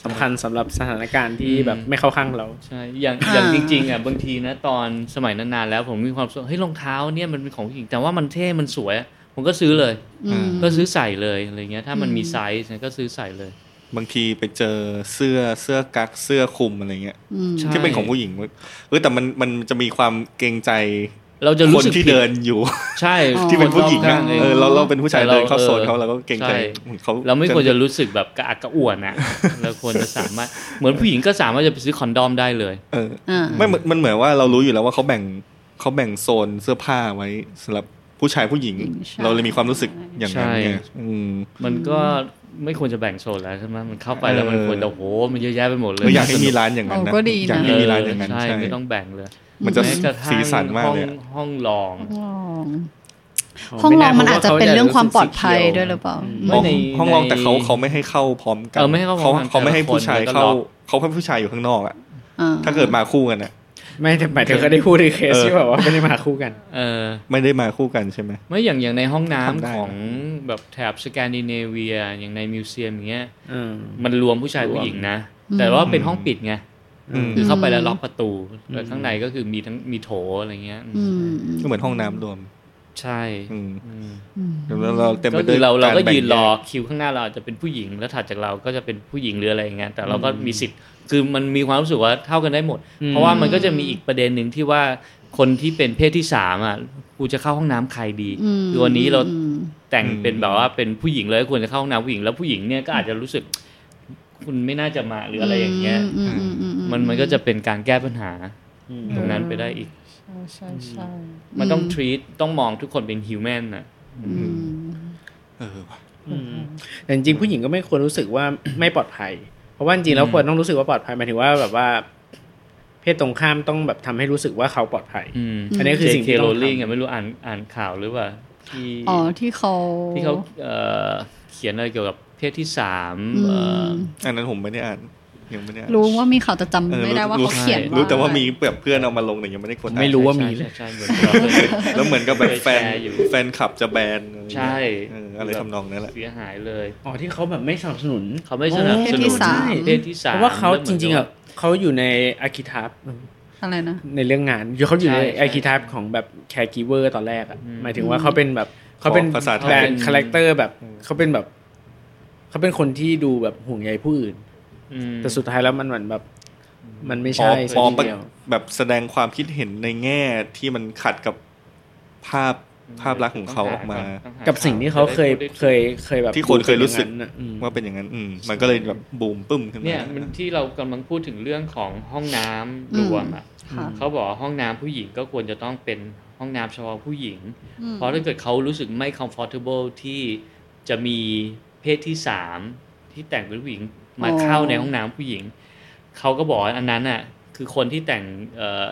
S2: สำคัญสำหรับสถานการณ์ที่แบบไม่เข้าข้างเรา
S4: ใช่อย่างอย่างจริงๆอ่ะบางทีนะตอนสมัยนานๆแล้วผมมีความรู้สึกเฮ้ยรองเท้าเนี่ยมันเป็นของผู้หญิงแต่ว่ามันเท่มันสวย ผมก็ซื้อเลย
S3: อืม
S4: ก็ซื้อใส่เลยอะไรเงี้ยถ้ามัน
S3: อืม
S4: มีไซส์นะก็ซื้อใส่เลย
S1: บางทีไปเจอเสื้อเสื้อกั๊กเสื้อคลุมอะไรเงี้ย
S3: ม
S4: ใช่
S1: ที่เป็นของผู้หญิงเออแต่มันมันจะมีความเกรงใจ
S4: เราจะ
S1: ค
S4: รู้
S1: น
S4: สึก
S1: ที่
S4: ผิ
S1: เดินอยู่
S4: ใช่
S3: อ๋อ
S1: ที่เป็นผู้หญิง
S4: ค
S1: นะ
S4: นรบข้า
S1: เออเราเราเป็นผู้ชายเดิน
S4: แต่
S1: เข้าโซนเขา
S4: ออ
S1: เราก็เกรงใจ
S4: ใช่
S1: เขา
S4: เราไม่ควรจะรู้สึกแบบกระอักกระอ่วน อ่ะเราควรจะสามารถเหมือนผู้หญิงก็สามารถจะไปซื้อคอนโดอมได้เลย
S1: เออ
S3: อ่า
S1: ไม่มันมันเหมือนว่าเรารู้อยู่แล้วว่าเขาแบ่งเขาแบ่งโซนเสื้อผ้าไว้สำหรับผู้ชายผู้หญิง
S3: หญิงชาย
S1: เราเลยมีความรู้สึกอย่างนั้นไง
S4: ใช่
S1: อืม
S4: มันก็ไม่ควรจะแบ่งโซนแล้วใช่ไหมมันเข้าไปแล้ว
S1: เออ
S4: มันควรจะโอ้โหมันเยอะแยะไปหมดเลย
S1: ไม่อยากให้มีร้านอย่างนั้นนะ
S3: โอ้ก็ดีนะ
S1: อยาก
S4: เอ
S1: ให้
S4: อ
S1: มีร้านอย่างนั้น
S4: ใช่
S1: ใช่
S4: ไม่ต้องแบ่งเลย
S1: มันจะ
S4: แม้กระทั่ง
S1: สีสันมากเลยอะ
S4: ห้องห้องรอง
S3: ห้องลองห้องลองมันอาจจะเป็นเรื่องความปลอดภัยด้วยหรือเปล่า
S1: ห้องห้องลองแต่เขาเขาไม่ให้เข้าพร้อมกัน
S4: เออไม่ให้เข้าพร้อมกัน
S1: เขาไม่ให้ผู้ชายเข้า
S4: แต่ละคน
S1: เขาให้ผู้ชายอยู่ข้างนอกอะถ้าเกิดมาคู่กันอะ
S2: ไม่แต่หมายถึงก็ได้พูดในเคสที่แบบว่าไม่ได้มาคู่กัน
S4: เออ
S1: ไม่ได้มาคู่กันใช่ไหม
S4: ไม่อย่างอย่างในห้องน้ำ
S1: ทำได้
S4: ของแบบแถบสแกนดิเนเวียอย่างในมิวเซียมอย่างเงี้ย
S2: อืม
S4: มันรวมผู้ชายผู้หญิงนะ
S3: อืม
S4: แต่ว่าเป็นห้องปิดไง
S1: อืม
S4: คือเข้าไปแล้วล็อกประตู
S2: อืม
S4: แล้วข้างในก็คือมีทั้งมีโถอะไรเงี้ย
S3: อืม
S1: ก็เหมือนห้องน้ำรวม
S4: ใช่
S1: อืม
S4: อืม
S3: อืม
S1: แล้วเราเต็มไป
S4: ก็
S1: ด้ว
S4: คือย เราเราก็
S1: แบ่ง
S4: ยืนรอ
S1: แ
S4: คิวข้างหน้าเราอาจจะเป็นผู้หญิงแล้วถัดจากเราก็จะเป็นผู้หญิงหรืออะไรอย่างเงี้ยแต่เราก็มีสิทธิ์คือมันมีความรู้สึกว่าเท่ากันได้หมด
S2: อืม
S4: เพราะว่ามันก็จะมีอีกประเด็นหนึ่งที่ว่าคนที่เป็นเพศที่สามอ่ะกูจะเข้าห้องน้ำใครดีคือวันนี้เราแต่งเป็นแบบว่าเป็นผู้หญิงเลยควรจะเข้าห้องน้ำผู้หญิงแล้วผู้หญิงเนี่ยก็อาจจะรู้สึก คุณไม่น่าจะมาหรืออะไรอย่างเงี้ย
S3: มอืมอืมอืม
S4: มันมันก็จะเป็นการแก้ปัญหา
S2: อืม
S4: ตรงนั้นไปได้อีก
S3: ใช่ใช่ใช่
S4: มันต้อง
S3: อืม
S4: treat ต้องมองทุกคนเป็นฮิวแมนน่ะ
S3: อืม
S1: เออว่ะ
S2: แต่จริงๆผู้หญิงก็ไม่ควรรู้สึกว่า ไม่ปลอดภัย เพราะว่าจริงๆแล้ว
S4: อืม
S2: ควรต้องรู้สึกว่าปลอดภัยหมายถึงว่าแบบว่า เพศตรงข้ามต้องแบบทำให้รู้สึกว่าเขาปลอดภัย
S4: อืม
S2: อันนี้คือสิ่ง
S4: JK
S2: ที่ต้องท
S4: Rowling อ่ะไม่รู้อ่านอ่านข่าวหรือว่าที่
S3: อ๋อที่เขา
S4: ที่เขาเอ่อเขียนอะไรเกี่ยวกับเพศที่สาม
S3: อืม
S4: เอ่อ
S1: อันนั้นผมไม่ได้อ่านยังไม่ได้อ่าน
S3: รู้ว่ามีข่าวแต่จำ
S1: ออ
S3: ไม่ได้ว่าเขาเขียน
S1: รู้แต่ว่ามีแบบเพื่อนเอามาลงแต่ยังไม่ได้กด
S2: ำ
S1: อ่าน
S2: ไม่รู้ว่ามีเลย
S4: ใช่ใช่ใช่เหมือนเราเลย
S1: แล้วเหมือนกับแบบแฟน
S4: เคยแชร์อยู่
S1: แฟนขับจะแบนอะไรอย่างเงี้ย
S4: ใช่
S1: เอออะไรทำนองนั้นแหละ
S4: เสียหายเลย
S2: อ๋อที่เขาแบบไม่สนับสนุน
S4: เขาไม่สนับสนุน
S3: เพศที่สาม
S4: เพศที่สาม
S2: เพราะว่าเขาจริงๆ
S4: แล้วเห
S2: อ่ะ
S4: มืน
S2: เขาอยู่ในอาคิทับ
S3: อะไรนะ
S2: ในเรื่องงานอยู่เขาอยู่ใน
S4: ใช่ใช่
S2: อาคิทับของแบบแคร์กิเวอร์ตอนแรกอ่ะ
S4: อืม
S2: หมายถึงว่าเขาเป็นแบบเขาเป็น
S1: ขอภาษาไทย
S2: แบรนด์คาแรคเตอร์แบบ
S1: อืม
S2: เขาเป็นแบบเขาเป็นคนที่ดูแบบห่วงใยผู้อื่น
S4: กับอืม
S2: แต่สุดท้ายแล้วมันเหมือนแบบ มันไม่
S1: พอ
S2: ใช่
S1: พอ
S2: ซะที
S1: ปะ
S2: เดียว
S1: แบบแสดงความคิดเห็นในแง่ที่มันขัดกับภาพภาพลักษณ์ของเขาออกมา
S2: กับสิ่งที่เขาเคยเคยเคยแบบ
S1: ที่คนเคยรู้สึก
S2: ป็นอางนั้นน่ะอืม
S1: ว่าเป็นอย่างนั้นอืมมันก็เลยแบบบูมปึ้มขึ้นมา
S4: เนี่ยมันที่เรากำลังพูดถึงเรื่องของห้องน้ำรวมอ่ะ
S3: ค่ะ
S4: เขาบอกว่าห้องน้ำผู้หญิงก็ควรจะต้องเป็นห้องน้ำเฉพาะผู้หญิง
S3: อืม
S4: เพราะถ้าเกิดเขารู้สึกไม่ comfortable ที่จะมีเพศที่สามที่แต่งเป็นผู้หญิงมา
S3: อ๋อ
S4: เข้าในห้องน้ำผู้หญิง เขาก็บอกว่าอันนั้นอ่ะคือคนที่แต่งเอ่อ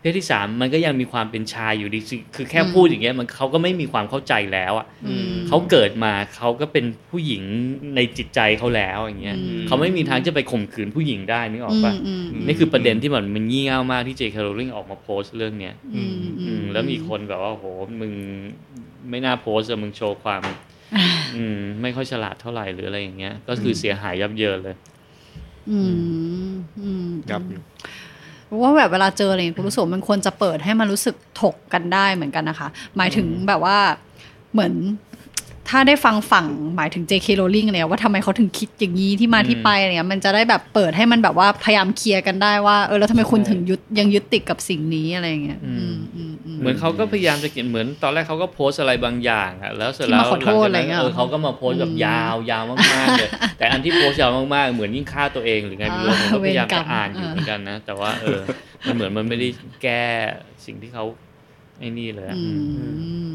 S4: เพศที่สามมันก็ยังมีความเป็นชายอยู่ดีสิคือแค่พูดอย่างเงี้ยมันเขาก็ไม่มีความเข้าใจแล้วอ่ะ
S2: อืม
S4: เขาเกิดมาเขาก็เป็นผู้หญิงในจิตใจเขาแล้วอย่างเงี้ย
S3: อืม
S4: เขาไม่มีทางจะไปข่มขืนผู้หญิงได้นึกออกปะ
S3: อืมอืม
S4: นี่คือประเด็นที่มันมันงี่เง่ามากที่เจคโรลิงออกมาโพสต์เรื่องเนี้ย
S3: อืมอื
S4: อื
S3: ม
S4: มแล้วมีคนแบบว่าโหมึงไม่น่าโพสต์อะมึงโชว์ ความอืมไม่ค่อยฉลาดเท่าไหร่หรืออะไรอย่างเงี้ย ก็คือเสียหายยับเยินเลย
S3: อืมอืม
S1: ยับอยู่
S3: ว่าแบบเวลาเจออะไรอย่างเงี้ยคุณรู้สึกว่ามันควรจะเปิดให้มันรู้สึกถกกันได้เหมือนกันนะคะ หมายถึงแบบว่าเหมือน ถ้าได้ฟังฝั่งหมายถึง JK Rowling เนี่ยว่าทำไมเขาถึงคิดอย่างนี้ที่มา
S4: อืม
S3: ที่ไปอะไรเงี้ยมันจะได้แบบเปิดให้มันแบบว่าพยายามเคลียร์กันได้ว่าเออแล้วทำไมคุณถึงยึดยังยึดติดกับสิ่งนี้อะไรอย่างเงี้ย
S4: อืม
S3: อืมอืม
S4: เหมือนเขาก็พยายามจะเขียนเหมือนตอนแรกเขาก็โพสต์อะไรบางอย่างอะแล้วเสร็จ
S3: ที่
S4: แล้ว
S3: มาขอโทษ
S4: หลังจาก
S3: อะไร
S4: นั้น
S3: เงี้ย
S4: เออเขาก็มาโพสต์แบบ
S3: อืม
S4: ยาวยาวมากๆเลย แต่อันที่โพสต์ยาวมากๆเหมือนยิ่งฆ่าตัวเองหรือไงไม่รู้
S3: อ่า
S4: ผมก็พยายาม
S3: เวรกรร
S4: จะ
S3: ม
S4: อ่านอยู่เห
S3: อ่า
S4: มือนกันนะ แต่ว่าเออมันเหมือนมันไม่ได้แก้สิ่งที่เขาไอ้นี่เลยอะ
S3: อืม
S1: อื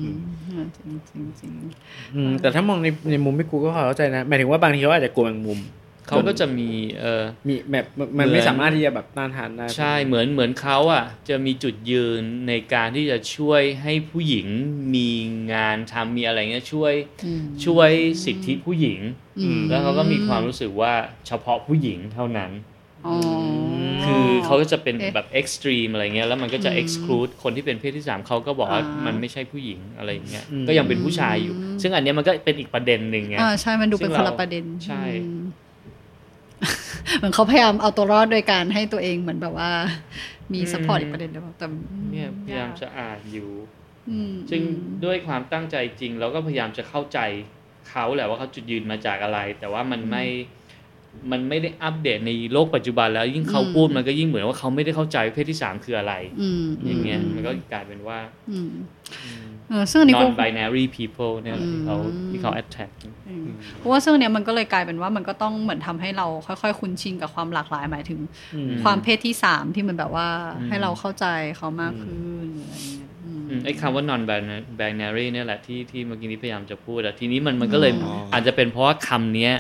S3: อืมจริงจริงจริง
S2: อืมแต่ถ้ามองในในมุมพี่กูก็พอเข้าใจนะหมายถึงว่าบางทีเขาอาจจะกลัวแมงมุม
S4: เขาก็จะมีเออ
S2: มีแบบมันมัน
S4: เหมื
S2: ไม่
S4: อน
S2: สามารถที่จะแบบต้านทานได้
S4: ใช่เหมือนเหมือนเขาอ่ะจะมีจุดยืนในการที่จะช่วยให้ผู้หญิงมีงานทำมีอะไรเงี้ยช่วย
S3: อืม
S4: ช่วยสิทธิผู้หญิง
S3: อืม
S4: แล้วเขาก็มีความรู้สึกว่าเฉพาะผู้หญิงเท่านั้น
S3: อ๋อ
S4: คือเขาก็จะเป็น
S3: เอ๊ะ
S4: แบบเอ็กซ์ตรีมอะไรเงี้ย แล้วมันก็จะ
S3: อืม
S4: เอ็กซ์คลูดคนที่เป็นเพศที่สามเขาก็บอกว่า
S3: อ่ามั
S4: มันไม่ใช่ผู้หญิงอะไรอย่างเงี้ย ก็ยังเป็นผู้ชายอยู่
S3: อืม
S4: ซึ่งอันเนี้ยมันก็เป็นอีกประเด็นหนึ่งไง
S3: อ่าใช่มันดูเป็น
S4: ซึ่ง
S3: คน
S4: เรา
S3: ละประเด็น
S4: ใช่
S3: อืม เหมือนเขาพยายามเอาตัวรอดโดยการให้ตัวเองเหมือนแบบว่า มีซัพพอร์ตอีกประเด็นหรือเปล่าแต่
S4: เนี่ยพยายามจะอ่านอยู่
S3: อืม
S4: ซึ่งด้วยความตั้งใจจริงเราก็พยายามจะเข้าใจเขาแหละว่าเขาจุดยืนมาจากอะไร แต่ว่ามันไม่ มันไม่ได้อัปเดตในโลกปัจจุบันแล้วยิ่งเขาพูดมันก็ยิ่งเหมือนว่าเขาไม่ได้เข้าใจเพศที่สามคืออะไร
S3: อืม
S4: อย่างเงี้ยมันก็กลายเป็นว่า
S3: อืมเออซึ่งอันนี้ก็
S4: non binary people เนี่ยที่เขา
S3: อืม
S4: ที่เขา attack
S3: เพราะว่าซึ่งอันเนี้ยมันก็เลยกลายเป็นว่ามันก็ต้องเหมือนทำให้เราค่อยๆ คุ้นชินกับความหลากหลายหมายถึง
S2: อืม
S3: ความเพศที่สามที่มันแบบว่า
S4: อืม
S3: ให้เราเข้าใจเขามากขึ้นอะไรเงี้ยอืม
S4: อืมไอ้คำว่า non bina- binary เนี่ยแหละที่ที่เมื่อกี้นี้พยายามจะพูดอะทีนี้มันมันก็เลย
S1: อ๋ออ
S4: อาจจะเป็นเพราะว่าคำเนี้ย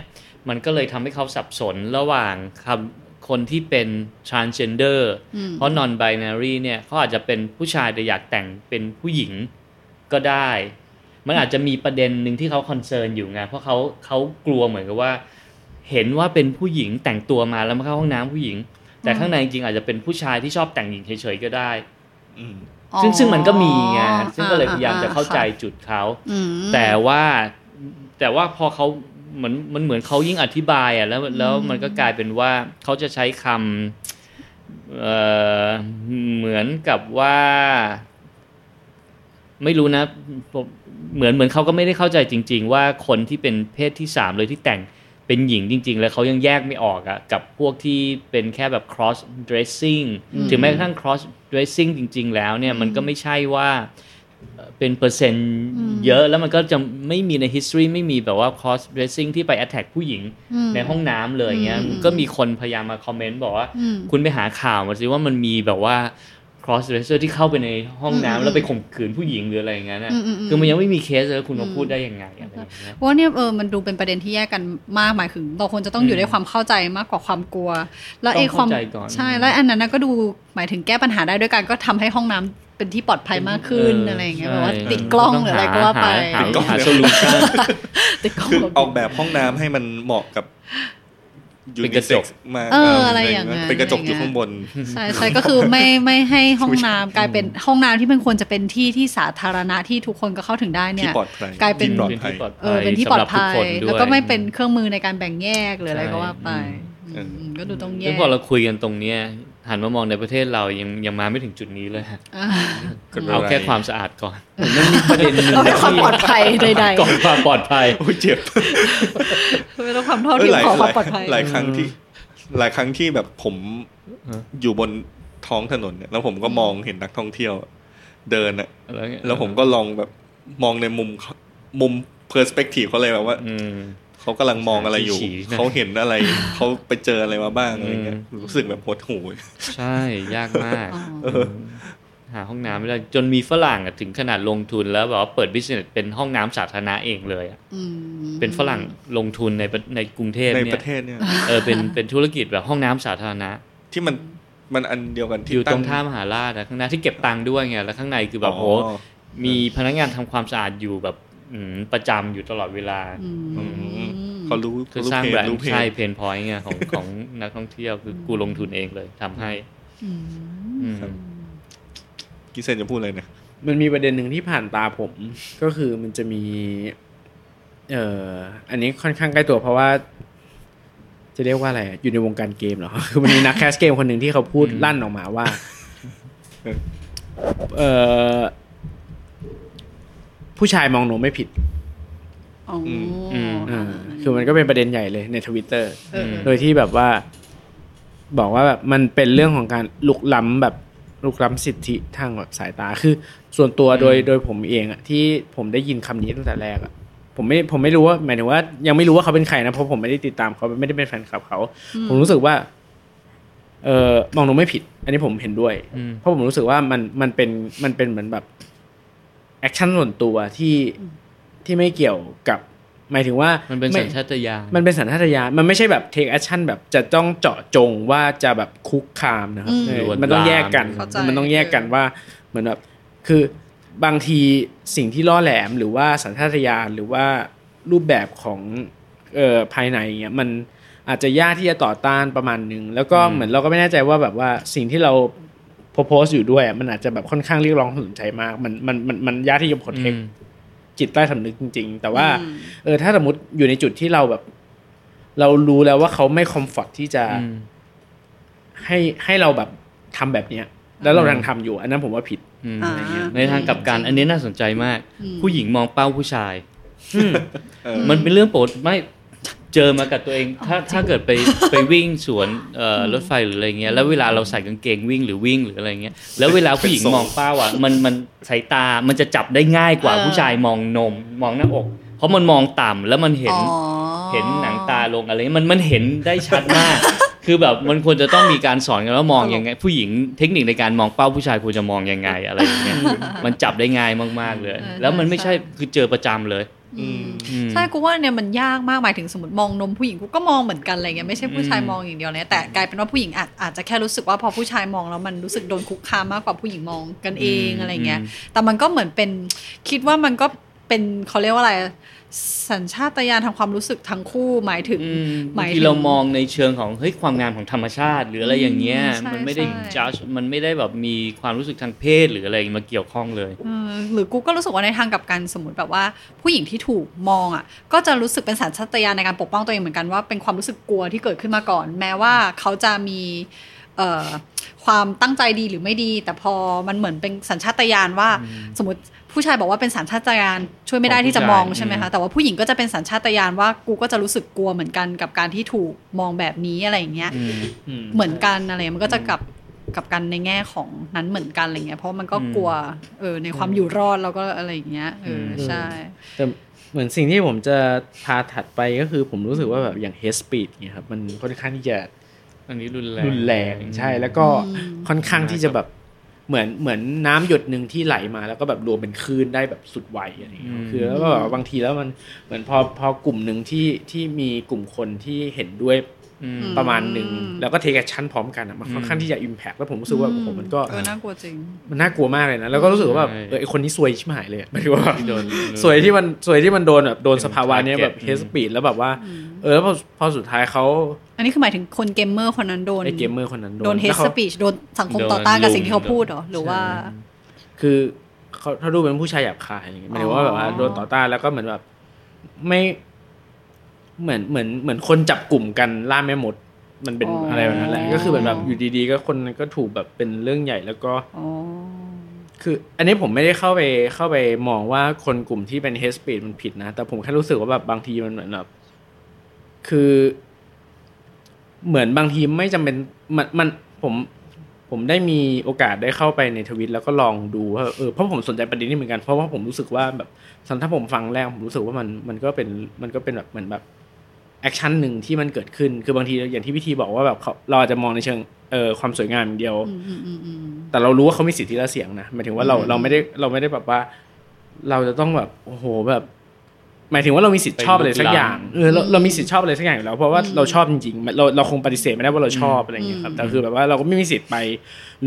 S4: มันก็เลยทำให้เขาสับสนระหว่างคำคนที่เป็น transgender
S3: อืม
S4: เพราะ non binary เนี่ยเขาอาจจะเป็นผู้ชายแต่อยากแต่งเป็นผู้หญิงก็ได้ มันอาจจะมีประเด็นหนึ่งที่เขาคอนเซิร์นอยู่ไงเพราะเขาเขากลัวเหมือนกับว่า เห็นว่าเป็นผู้หญิงแต่งตัวมาแล้วมาเข้าห้องน้ำผู้หญิง แต่ข้างในจริงอาจจะเป็นผู้ชายที่ชอบแต่งหญิงเฉยๆก็ได้
S1: อืม
S4: ซึ่งซึ่งมันก็มีไง
S3: อ๋อ
S4: ซึ่งก็เลยพยายามจะเข้าใจ
S3: อ่
S4: จุดเขา
S3: ๆอืม
S4: แต่ว่าแต่ว่าพอเขาเหมือนมันเหมือนเขายิ่งอธิบายอ่ะแล้วแล้วมันก็กลายเป็นว่าเขาจะใช้คำเอ่อเหมือนกับว่า ไม่รู้นะผมเหมือนเหมือนเขาก็ไม่ได้เข้าใจจริง ๆ ว่าคนที่เป็นเพศที่สามเลยที่แต่งเป็นหญิงจริง ๆ แล้วเขายังแยกไม่ออกอะกับพวกที่เป็นแค่แบบ cross dressing
S2: อืม
S4: ถึงแม้กระทั่ง cross dressing จริง ๆ แล้วเนี่ยมันก็ไม่ใช่ว่า เป็นเปอร์เซ็นต์
S3: อืม
S4: เยอะแล้วมันก็จะไม่มีใน history ไม่มีแบบว่า cross dressing ที่ไป attack ผู้หญิง
S3: อืม
S4: ในห้องน้ำเลยเงี้ย
S3: อืม
S4: ก็มีคนพยายามมาคอมเมนต์บอกว่า
S3: อืม
S4: คุณไปหาข่าวมาสิว่ามันมีแบบว่า cross dresser ที่เข้าไปในห้อง
S3: อืม
S4: น้ำแล้วไปข่มขืนผู้หญิงหรืออะไรอย่างเงี้ยนะ
S3: อืมอืมอืม
S4: คือมันยังไม่มีเคสเลยแล้วคุณมา
S3: อืม
S4: พูดได้ยังไงอะไรอย่างเงี้ย
S3: ว่าเนี่ยเออมันดูเป็นประเด็นที่แยกกันมากหมายถึงเราควรจะต้องอยู่
S4: อืม
S3: ด้วยความเข้าใจมากกว่าความกลัว แล้วไอ้
S4: ต้อง
S3: ความ
S4: เข้าใจก่อน
S3: ใช่แล้วอันนั้นนะก็ดูหมายถึงแก้ปัญหาได้ด้วยการก็ทำให้ห้องน้ำเป็นที่ปลอดภัยมากขึ้น
S4: เอออ
S3: อะไรอย่างเงี้ย
S4: ใช่
S3: แบบว่าติดกล้อง
S4: เออ
S3: หรืออะไรก็ว่าไป
S4: หา
S1: ติดกล้อง
S4: หา
S1: เลย
S4: โซลูชัน
S3: ติดกล้อง
S1: คือออกแบบห้องน้ำให้มันเหมาะกับยู
S4: เป็นก
S1: นิ
S4: ระจ
S1: เซ็
S4: ก
S1: กซ์มา
S3: เอออะไรอย่างเงี้ย
S1: เป็นกระจกอยู่ข้างบน
S3: ใช่ใช่ก็คือไม่ไม่ให้ห้องน้ำกลายเป็นห้องน้ำที่มันควรจะเป็นที่ที่สาธารณะที่ทุกคนก็เข้าถึงได้
S1: ที่
S3: เนี่ย
S1: ปลอดภัย
S3: กลายเป็น
S1: ที่ปลอด
S4: เป็น
S1: ภัย
S4: ที่ปลอด
S3: เอ
S4: ภั
S3: อย เป็น
S4: สำหรับทุ
S3: ที่ปลอดภัย
S4: คนด้
S3: แล้ว
S4: ย
S3: ก็ไม่เป็นเครื่องมือในการแบ่งแยกหรืออะไรก็ว่าไป
S1: ใช่
S3: อืมก็ดูต้องแย
S4: ซึ่ง
S3: ก
S4: พอเราคุยกันตรงเนี้ยหันมามองในประเทศเรายังยังมาไม่ถึงจุดนี้เลยฮะ
S3: อ่า
S1: กระจก
S4: เอาแค่ความสะอาดก่อน
S2: มันมีประเด็นหนึ่ง
S3: เอาเป็นความปลอดภัยใด
S4: ก่อนความปลอดภัย
S1: โอ้ยเจ็บ
S3: ๆไม่ต้องความเท่าเทียม
S1: เออหลาย
S3: ของค
S1: ห
S3: วาม
S1: ลาย
S3: ปลอดภัย
S1: หลายครั้งที่ หลายครั้งที่แบบผม
S4: เออ
S1: อยู่บนท้องถนนเนี่ยแล้วผมก็มองเห็นนักท่องเที่ยว เดินอะแล้วผมก็ลองแบบมองในมุมเขามุมเพอร์สเปกทีฟเขาเลยแบบว่า
S4: อืม
S1: เขากำลังมองอะไรอยู่
S4: ฉี่นะ
S1: เขาเห็นอะไร เขาไปเจออะไรมาบ้างอะไรเงี้ย
S4: อืม
S1: รู้สึกแบบหดหู
S4: ใช่ ยากมาก
S3: อ๋อ
S4: เออหาห้องน้ำไม่ได้จนมีฝรั่งอะถึงขนาดลงทุนแล้วแบบว่าเปิดบิสเนสเป็นห้องน้ำสาธารณะเองเลยอะ
S3: อืม
S4: เป็นฝรั่งลงทุนในประในกรุงเทพ
S1: ใน
S4: เนี่
S1: ป
S4: ย
S1: ระเทศเนี่ย
S4: เออเป็นเป็นธุรกิจแบบห้องน้ำสาธารณะ
S1: ที่มันมันอันเดียวกัน
S4: อ
S1: ที่
S4: ยู่ต
S1: ตั้
S4: รง งท่ามหาราชอะข้างหน้าที่เก็บตังค์ด้วยไงแล้วข้างในคือแบบโห มีพนักงานทำความสะอาดอยู่แบบอืมประจำอยู่ตลอดเวลา
S3: อืม
S1: อืม เขารู้
S4: คือสร้างแบรนด์
S1: เพจ
S4: ใช่เพนพอยต์ไงของของนักท่องเที่ยวคือกูลงทุนเองเลยทำให้
S3: อืม
S4: อืม
S1: กิเซนจะพูดอะไรเนี่ย
S2: มันมีประเด็นหนึ่งที่ผ่านตาผม ก็คือมันจะมี เอ่ออันนี้ค่อนข้างใกล้ตัวเพราะว่า จะเรียกว่าอะไรอะอยู่ในวงการเกมเหรอ คือมันมีนักแคสเกมคนหนึ่งที่เขาพูดลั่นออกมา ว่า เอ่อผู้ชายมองหนูไม่ผิด
S3: อ๋ออ
S2: อ่าคือมันก็เป็นประเด็นใหญ่เลยในทวิตเตอร์
S3: เออ
S2: โดยที่แบบว่า บอกว่าแบบมันเป็นเรื่องของการลุกล้ำแบบลุกล้ำสิทธิทางแบบสายตาคือ ส่วนตัวโดยโดยผมเองอะที่ผมได้ยินคำนี้ตั้งแต่แรกอะผมไม่ผมไม่รู้ว่าหมายถึงว่า ยังไม่รู้ว่าเขาเป็นใครนะเพราะผมไม่ได้ติดตามเขาไม่ได้เป็นแฟนคลับเขา ผมรู้สึกว่า เออมองหนูไม่ผิด อันนี้ผมเห็นด้วย
S4: อืม
S2: เพราะผมรู้สึกว่ามันมันเป็นมันเป็นเหมือนแบบแอคชั่นส่วนตัวที่ที่ไม่เกี่ยวกับ หมายถึงว่า
S4: มันเป็น
S2: ไ
S4: สัญชาตญาณ
S2: มันเป็นสัญชาตญาณมันไม่ใช่แบบเทคแอคชั่นแบบจะต้องเจาะจงว่าจะแบบคุกคามนะครับเออมันต้องแยกกัน
S3: เข้าใจ
S2: มันต้องแยกกันว่าเหมือนแบบคือบางทีสิ่งที่ล่อแหลมหรือว่าสัญชาตญาณหรือว่ารูปแบบของเอ่อภายในเงี้ยมันอาจจะยากที่จะต่อต้านประมาณนึง แล้วก็เหมือนเราก็ไม่แน่ใจว่าแบบว่าสิ่งที่เราโพสอยู่ด้วยอะมันอาจจะแบบค่อนข้างเรียกร้องความสนใจมาก มันมันมันมันยากที่จะคอนเท
S4: อื
S2: ก
S4: ม
S2: จิตใต้สำนึกจริง ๆ แต่ว่า
S3: อืม
S2: เออถ้าสมมติอยู่ในจุดที่เราแบบ เรารู้แล้วว่าเขาไม่คอมฟอร์ทที่จะให้ให้เราแบบทำแบบเนี้ย แล้วเรา
S4: อืม
S2: กำลังทำอยู่ อันนั้นผมว่าผิด
S4: อืม
S3: อ่า
S4: ในทางกลับกันอันนี้น่าสนใจมาก
S3: อืม
S4: ผู้หญิงมองเป้าผู้ชาย
S1: เออ
S4: มันเป็นเรื่องโปรดไม่เจอมากับตัวเอง ถ้าถ้าเกิดไปไปวิ่งสวนเอ่อรถไฟหรืออะไรเงี้ยแล้วเวลาเราใส่กางเกงวิ่งหรือวิ่งหรืออะไรเงี้ยแล้วเวลาผู้หญิงมองเป้าอ่ะมันมันสายตามันจะจับได้ง่ายกว่า
S3: เออ
S4: ผู้ชายมองนมมองหน้าอก เพราะมันมองต่ำแล้วมันเห็น
S3: อ๋อ
S4: เห็นหนังตาลงอะไรเงี้ยมันมันเห็นได้ชัด มาก คือแบบมันควรจะต้องมีการสอนกันว่ามองยังไง ผู้หญิงเทคนิคในการมองเป้าผู้ชายควรจะมองยังไง อะไรอย่างเงี้ยมันจับได้ง่ายมากๆเลย
S3: เออ
S4: แล้วมันไม่ใช่
S3: ใช่
S4: คือเจอประจำเลย
S3: อืม
S4: อืม
S3: ใช่กูว่าเนี่ยมันยากมากหมายถึงสมมติมองนมผู้หญิงกูก็มองเหมือนกันอะไรเงี้ยไม่ใช่ผู้ชาย
S4: อืม
S3: มองอย่างเดียวนะแต่กลายเป็นว่าผู้หญิงอาจอาจจะแค่รู้สึกว่าพอผู้ชายมองแล้วมันรู้สึกโดนคุกคามมากกว่าผู้หญิงมองกันเองอะไรเงี้ย แต่มันก็เหมือนเป็นคิดว่ามันก็เป็นเขาเรียกว่าอะไร สัญชาตญาณทางความรู้สึกทั้งคู่หมายถึง
S4: อืม
S3: หมา
S4: บาง
S3: ยถึง
S4: ทีเรามองในเชิงของเฮ้ยความงามของธรรมชาติ หรืออะไรอย่างเงี้ย
S3: อืมใช่
S4: มันไม่ได้
S3: ใช่
S4: judge มันไม่ได้แบบมีความรู้สึกทางเพศหรืออะไรมาเกี่ยวข้องเลย
S3: เออหรือกูก็รู้สึกว่าในทางกลับกันสมมติแบบว่า ผู้หญิงที่ถูกมองอ่ะ ก็จะรู้สึกเป็นสัญชาตญาณในการปกป้องตัวเองเหมือนกันว่าเป็นความรู้สึกกลัวที่เกิดขึ้นมาก่อน แม้ว่าเขาจะมีเอ่อความตั้งใจดีหรือไม่ดี แต่พอมันเหมือนเป็นสัญชาตญาณว่า สมมติผู้ชายบอกว่าเป็นสัญชาตญาณช่วยไม่ได้ที่จะมอง
S4: ของผู้ชาย
S3: ใช่ไหมคะแต่ว่าผู้หญิงก็จะเป็นสัญชาตญาณว่ากูก็จะรู้สึกกลัวเหมือนกันกับการที่ถูกมองแบบนี้อะไรอย่างเงี้ย
S4: อืม
S3: เหมือนกันอะไรมันก็จะกลับ กับกันในแง่ของนั้นเหมือนกันอะไรเงี้ยเพราะมันก็
S4: อืม
S3: กลัวเออในความอยู่รอดแล้วก็อะไรอย่างเงี้ยเอออ
S2: ม
S3: ใช่
S2: แต่เหมือนสิ่งที่ผมจะพาถัดไปก็คือผมรู้สึกว่าแบบอย่างเฮสปีดเนี่ยครับมันค่อนข้างที่จะ
S4: อันนี้รุนแรง
S2: รุนแรงใช่แล้วก็
S3: อืม
S2: ค่อนข้างที่จะแบบเหมือนเหมือนน้ำหยดหนึ่งที่ไหลมาแล้วก็แบบรวมเป็นคลื่นได้แบบสุดไวอะไรอย่างเงี้ยครับ
S4: อืม
S2: คือแล้วก็แบบบางทีแล้วมันเหมือนพอพอกลุ่มหนึ่งที่ที่มีกลุ่มคนที่เห็นด้วย
S4: อืม
S2: ประมาณหนึ่ง
S3: อืม
S2: แล้วก็เทคแอคชั่นพร้อมกันอะมันค่อนข้างที่จะอิมแพกแล้วผมรู้สึกว่าโอ้โหมันก็
S3: เออน่ากลัวจริง
S2: มันน่ากลัวมากเลยนะ แล้วก็รู้สึกว่าแบบ
S4: ใช่
S2: เออไอคนนี้ซวยชิบหายเลยอะหมายถึงว่าแบบ
S4: ที่โดน
S2: ซวยที่มันซวยที่มันโดนแบบโดน
S4: เป็น
S2: สภาวะเนี้ยแบบ
S4: target
S2: เฮส
S4: อืม
S2: ปีดแล้วแบบว่า
S3: อืม
S2: เออแล้วพอพอสุดท้ายเขา
S3: อันนี้คือหมายถึงคนเกมเมอร์คนนั้นโดน
S2: ไอเกมเมอร์คนนั้น
S3: โดนเฮ
S2: แล้ว
S3: ส
S2: ขา
S3: สปีชโดนสังคม
S4: โดน
S3: ต่อต้านกับ
S4: ลุม
S3: สิ่งที่เขาพูดเหรอหรือว่า
S2: คือเขาถ้าดูเป็นผู้ชายหยาบคายอะไรเงี้ยหมายถึงว่าแบบว่า
S3: อ๋อ
S2: โดนต่อต้านแล้วก็เหมือนแบบ ไม่เหมือนเหมือนเหมือนคนจับกลุ่มกันล่าแม่มด มันเป็นอะไรแบบนั้นแหละก็คือเหมือนแบบอยู่ดีๆ ก็คนก็ถูกแบบเป็นเรื่องใหญ่แล้วก็
S3: อ๋อ
S2: คืออันนี้ผมไม่ได้เข้าไปเข้าไปมองว่าคนกลุ่มที่เป็นเฮสปีดมันผิดนะ แต่ผมแค่รู้สึกว่าแบบบางทีมันเหมือนแบบคือ เหมือนบางทีไม่จำเป็นมันมันผมผมได้มีโอกาสได้เข้าไปในทวิตแล้วก็ลองดูว่าเออเพราะผมสนใจประเด็นนี้เหมือนกันเพราะว่าผมรู้สึกว่าแบบสันถ้าผมฟังแรกผมรู้สึกว่ามันมันก็เป็นมันก็เป็นแบบเหมือนแบบแอคชั่นหนึ่งที่มันเกิดขึ้นคือบางทีอย่างที่พิธีบอกว่าแบบเขาเราอาจจะมองในเชิงเออความสวยงามอย่างเดียว
S3: อืมอืมอืมอืม
S2: แต่เรารู้ว่าเขามีสิทธิและเสียงนะหมายถึงว่าเรา
S3: อืม
S2: เราไม่ได้เราไม่ได้แบบว่า เราจะต้องแบบโอ้โหแบบ หมายถึงว่าเรามีสิทธิ์ชอบอะไรสักอย่าง
S4: ไปลุกล้ำ
S2: เออเราเรามีสิทธิ์ชอบอะไรสักอย่างอยู่แล้วเพราะว่าเราชอบจริงๆเราเราคงปฏิเสธไม่ได้ว่าเราชอบอะไรอย่างเงี้ยครับแต่คือแบบว่าเราก็ไม่มีสิทธิ์ไป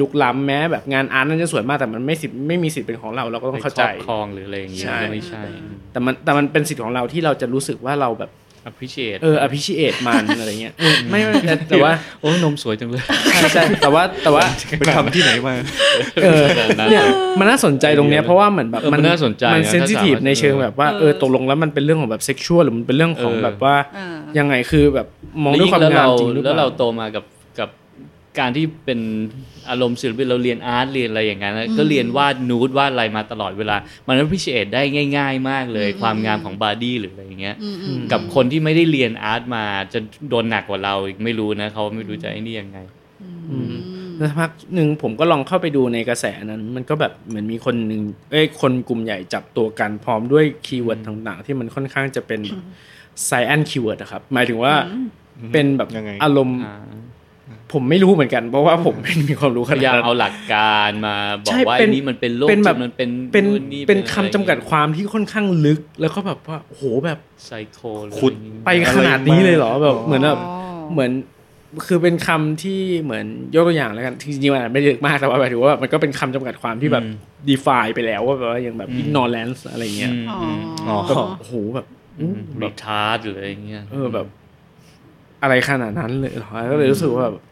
S2: ลุกล้ำแม้แบบงานอาร์ตนั้นจะสวยมากแต่มันไม่สิทธิ์ไม่มีสิทธิ์เป็นของเราเราก็ต้องเข้าใจ
S4: ไปครอบครองหรืออะไรอย่างเงี้ย
S2: ใช่
S4: ก็ไม่ใช่อืม
S2: แต่มันแต่มันเป็นสิทธิ์ของเราที่เราจะรู้สึกว่าเราแบบ
S4: appreciate
S2: เออ appreciate มันอะไรเงี้ยเออไม่ไม่แต่แต่ว่า
S4: โอ้ยนมสวยจังเลย
S2: ใช่ใช่แต่ว่าแต่ว่า
S1: ไปทำที่ไหนมา
S2: เออเนี่ยมันน่าสนใจตรงเนี้ยเพราะว่าเหมือนแบบ
S4: เออมันน่าสนใจ
S2: มัน
S4: นะ
S2: เซนซิทีฟ
S4: ถ้าสามารถ
S2: ในเชิงแบบว่าเออตกลงแล้วมันเป็นเรื่องของแบบเซ็กชวลหรือมันเป็นเรื่องของ
S4: เออ
S2: แบบว่า
S3: อ่า
S2: ยังไงคือแบบมองด้วยความ
S4: แล้ว
S2: งาม
S4: เรา
S2: จริงหรือเป
S4: แล้ว
S2: ล่า
S4: เราโตมากับกับการที่เป็นอารมณ์ศิลปินเราเรียนอาร์ตเรียนอะไรอย่างนั้นนะก็เรียนวาดนูดวาดอะไรมาตลอดเวลา มันพิเศษได้ง่าย ๆ มากเลย
S3: อืม
S4: ความงามของบอดี้หรืออะไรอย่างเงี้ย
S3: อืมอืม
S4: กับคนที่ไม่ได้เรียนอาร์ตมาจะโดนหนักกว่าเราอีกไม่รู้นะเขาไม่รู้จะไอ้นี่ยังไง
S2: อืม แล้วสักพักหนึ่งผมก็ลองเข้าไปดูในกระแสนั้น มันก็แบบเหมือนมีคนหนึ่งเอ้ยคนกลุ่มใหญ่จับตัวกันพร้อมด้วยคีย์เวิร์ดต่างๆ ที่มันค่อนข้างจะเป็นไซแอนคีย์เวิร์ดนะครับหมายถึงว่าเป็นแบบ
S1: ยังไง
S2: อารมณ์
S4: อ่า
S2: ผมไม่รู้เหมือนกัน เพราะว่าผมไม่มีความรู้ข
S4: พ
S2: นา
S4: ยา
S2: ด
S4: ยาม
S2: นั้น
S4: เอาหลักการมาบอก
S2: ใช่
S4: ว่า
S2: เป็
S4: ไอ้
S2: น
S4: นี่มันเป็นโรค
S2: เป็นแบบ
S4: จิตมันเป็น
S2: เป็น
S4: นู่นนี่
S2: เป็น
S4: อะไร
S2: คำจำกัดความที่ค่อนข้างลึกแล้วก็แบบว่าโอ้โหแบบ
S4: ไซโคหรือ
S1: ขุด
S4: อะไรอย่างงี้
S2: ไปขนาดนี้เลยเหรอแบบ
S1: อ๋อ
S2: เหมือนแบบ
S3: อ๋อ
S2: เหมือนคือเป็นคำที่เหมือนยกตัวอย่างแล้วกันจริงๆมันอาจไม่ได้ลึกมากแต่ว่าหมายถึงว่ามันก็เป็นคำจำกัดความที่แบบ
S4: อืม
S2: define ไปแล้วว่าแบบว่าอย่างแบบ ignorance อะไรเงี้ย
S4: ม
S3: อ๋อ
S4: ม
S3: อ๋อ
S2: ก็แบบโอ้โหแบบอู้แบ
S4: รี
S2: บ
S4: ทาร์ดหรืออะไรเงี้ย
S2: เออแบบ อะไรขนาดนั้นเลยเหรอก็เลยรู้สึกว่าแบบ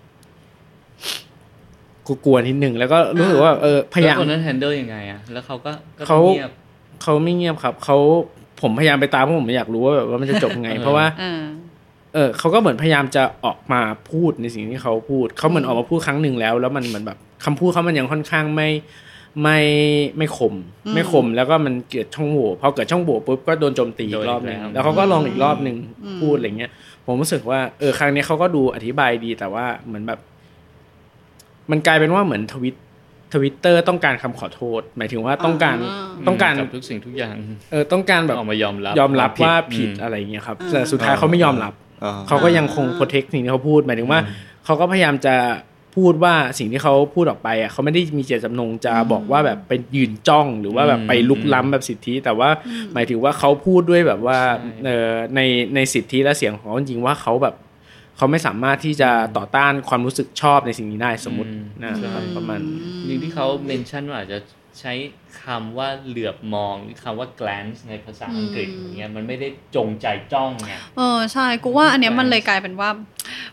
S2: กลัวๆนิดนึงแล้วก็รู้สึกว่าเออพยายาม
S4: แล้วคนนั้นแฮนเดิลยังไงอะแล้วเขาก็ก็
S2: เขา
S4: งียบ
S2: เขาไม่เงียบครับเขาผมพยายามไปตามเพราะผมอยากรู้ว่าแบบว่ามันจะจบยังไง
S4: เออ
S2: เพราะว่า
S3: อ่า
S2: เออเขาก็เหมือนพยายามจะออกมาพูดในสิ่งที่เขาพูด เขาเหมือนออกมาพูดครั้งหนึ่งแล้ว แล้วมันเหมือนแบบคำพูดเขามันยังค่อนข้างไม่ไม่ไม่คม
S3: อืม
S2: ไม่คมแล้วก็มันเกิดช่องโหว่พอเกิดช่องโหว่ปุ๊บก็โดนโจมตีอีกรอบหนึง
S4: โดนอีกแล้ว
S2: แล้วเขาก็ลองอีกรอบหนึ่งพูดอะไรเงี้ย ผมรู้สึกว่าเออครั้งนี้เขาก็ดูอธิบายดีแต่ว่าเหมือนแบบ มันกลายเป็นว่าเหมือนทวิตทวิตเตอร์ต้องการคำขอโทษ หมายถึงว่าต้องการ
S3: อ่า
S2: ต้องการ
S4: กับทุกสิ่งทุกอย่าง
S2: เออต้องการแบบ
S4: ออกมายอมรับ
S2: ยอมรับว่าผิด
S4: อืม
S2: อะไรเงี้ยครับ
S3: อืม
S2: แต่สุดท้ายเขาไม่ยอมรับ
S1: อ๋อ
S2: เขาก็ยังคงโปรเทคสิ่งที่เขาพูดหมายถึงว่าเขาก็พยายามจะพูดว่าสิ่งที่เขาพูดออกไปอ่ะเขาไม่ได้มีเจตจำนงจะบอกว่าแบบไปยืนจ้องหรือว่าแบบไปลุกล้ำแบบสิทธิ แต่ว่าหมายถึงว่าเขาพูดด้วยแบบว่า
S4: ใช่
S2: เอ่อในในสิทธิและเสียงของเขาจริงๆว่าเขาแบบเขาไม่สามารถที่จะต่อต้านความรู้สึกชอบในสิ่งนี้ได้สมมตินะครับประมาณ
S4: จริงที่เขาเมนชั่นว่าอาจจะใช้คำว่าเหลือบมองหรือคำว่า glance ในภาษาอังกฤษอย่างเงี้ยมันไม่ได้จงใจจ้องไง
S3: เออใช่กูว่าอันเนี้ยมันเลยกลายเป็นว่า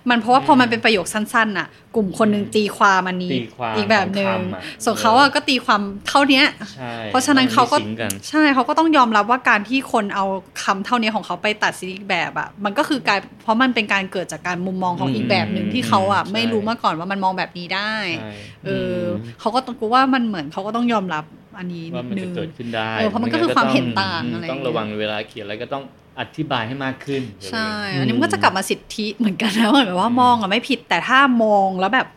S3: มันเพราะว่าพอมันเป็นประโยคสั้นๆน่ะ กลุ่มคนหนึ่งตีความอันนี้
S4: ตีความ
S3: อีกแบบหนึ่ง
S4: ของคำอะ
S3: ส่วนเขาอะก็ตีความเท่าเนี้ย
S4: ใช่
S3: เพราะฉะนั้นเขาก็
S4: มัมีสิงกัน
S3: ใช่เขาก็ต้องยอมรับว่าการที่คนเอาคำเท่านี้ของเขาไปตัดสินอีกแบบอ่ะมันก็คือกลายเพราะมันเป็นการเกิดจากการมุมมองของ
S4: อืม
S3: อีกแบบหนึ่งที่เขาอ่ะ
S4: ใช่
S3: ไม่รู้มาก่อนว่ามันมองแบบนี้ได้
S4: ใช่
S3: เอออเขาก็ต้องกูว่ามันเหมือนเขาก็ต้องยอมรับอันนี้
S4: ว่ามัน
S3: นิด
S4: จะ
S3: นึง
S4: เกิดขึ้นได้
S3: เออเพราะมันก็คือความเห็นต่างอะไรอย่างเงี้ย
S4: ต้องระวังเวลาเขียนอะไรก็ต้องอธิบายให้มากขึ้น
S3: ใช่ อันนี้มันก็จะกลับมาสิทธิเหมือนกันนะเหมือนแบบว่ามองอะไม่ผิดแต่ถ้ามองแล้วแบบ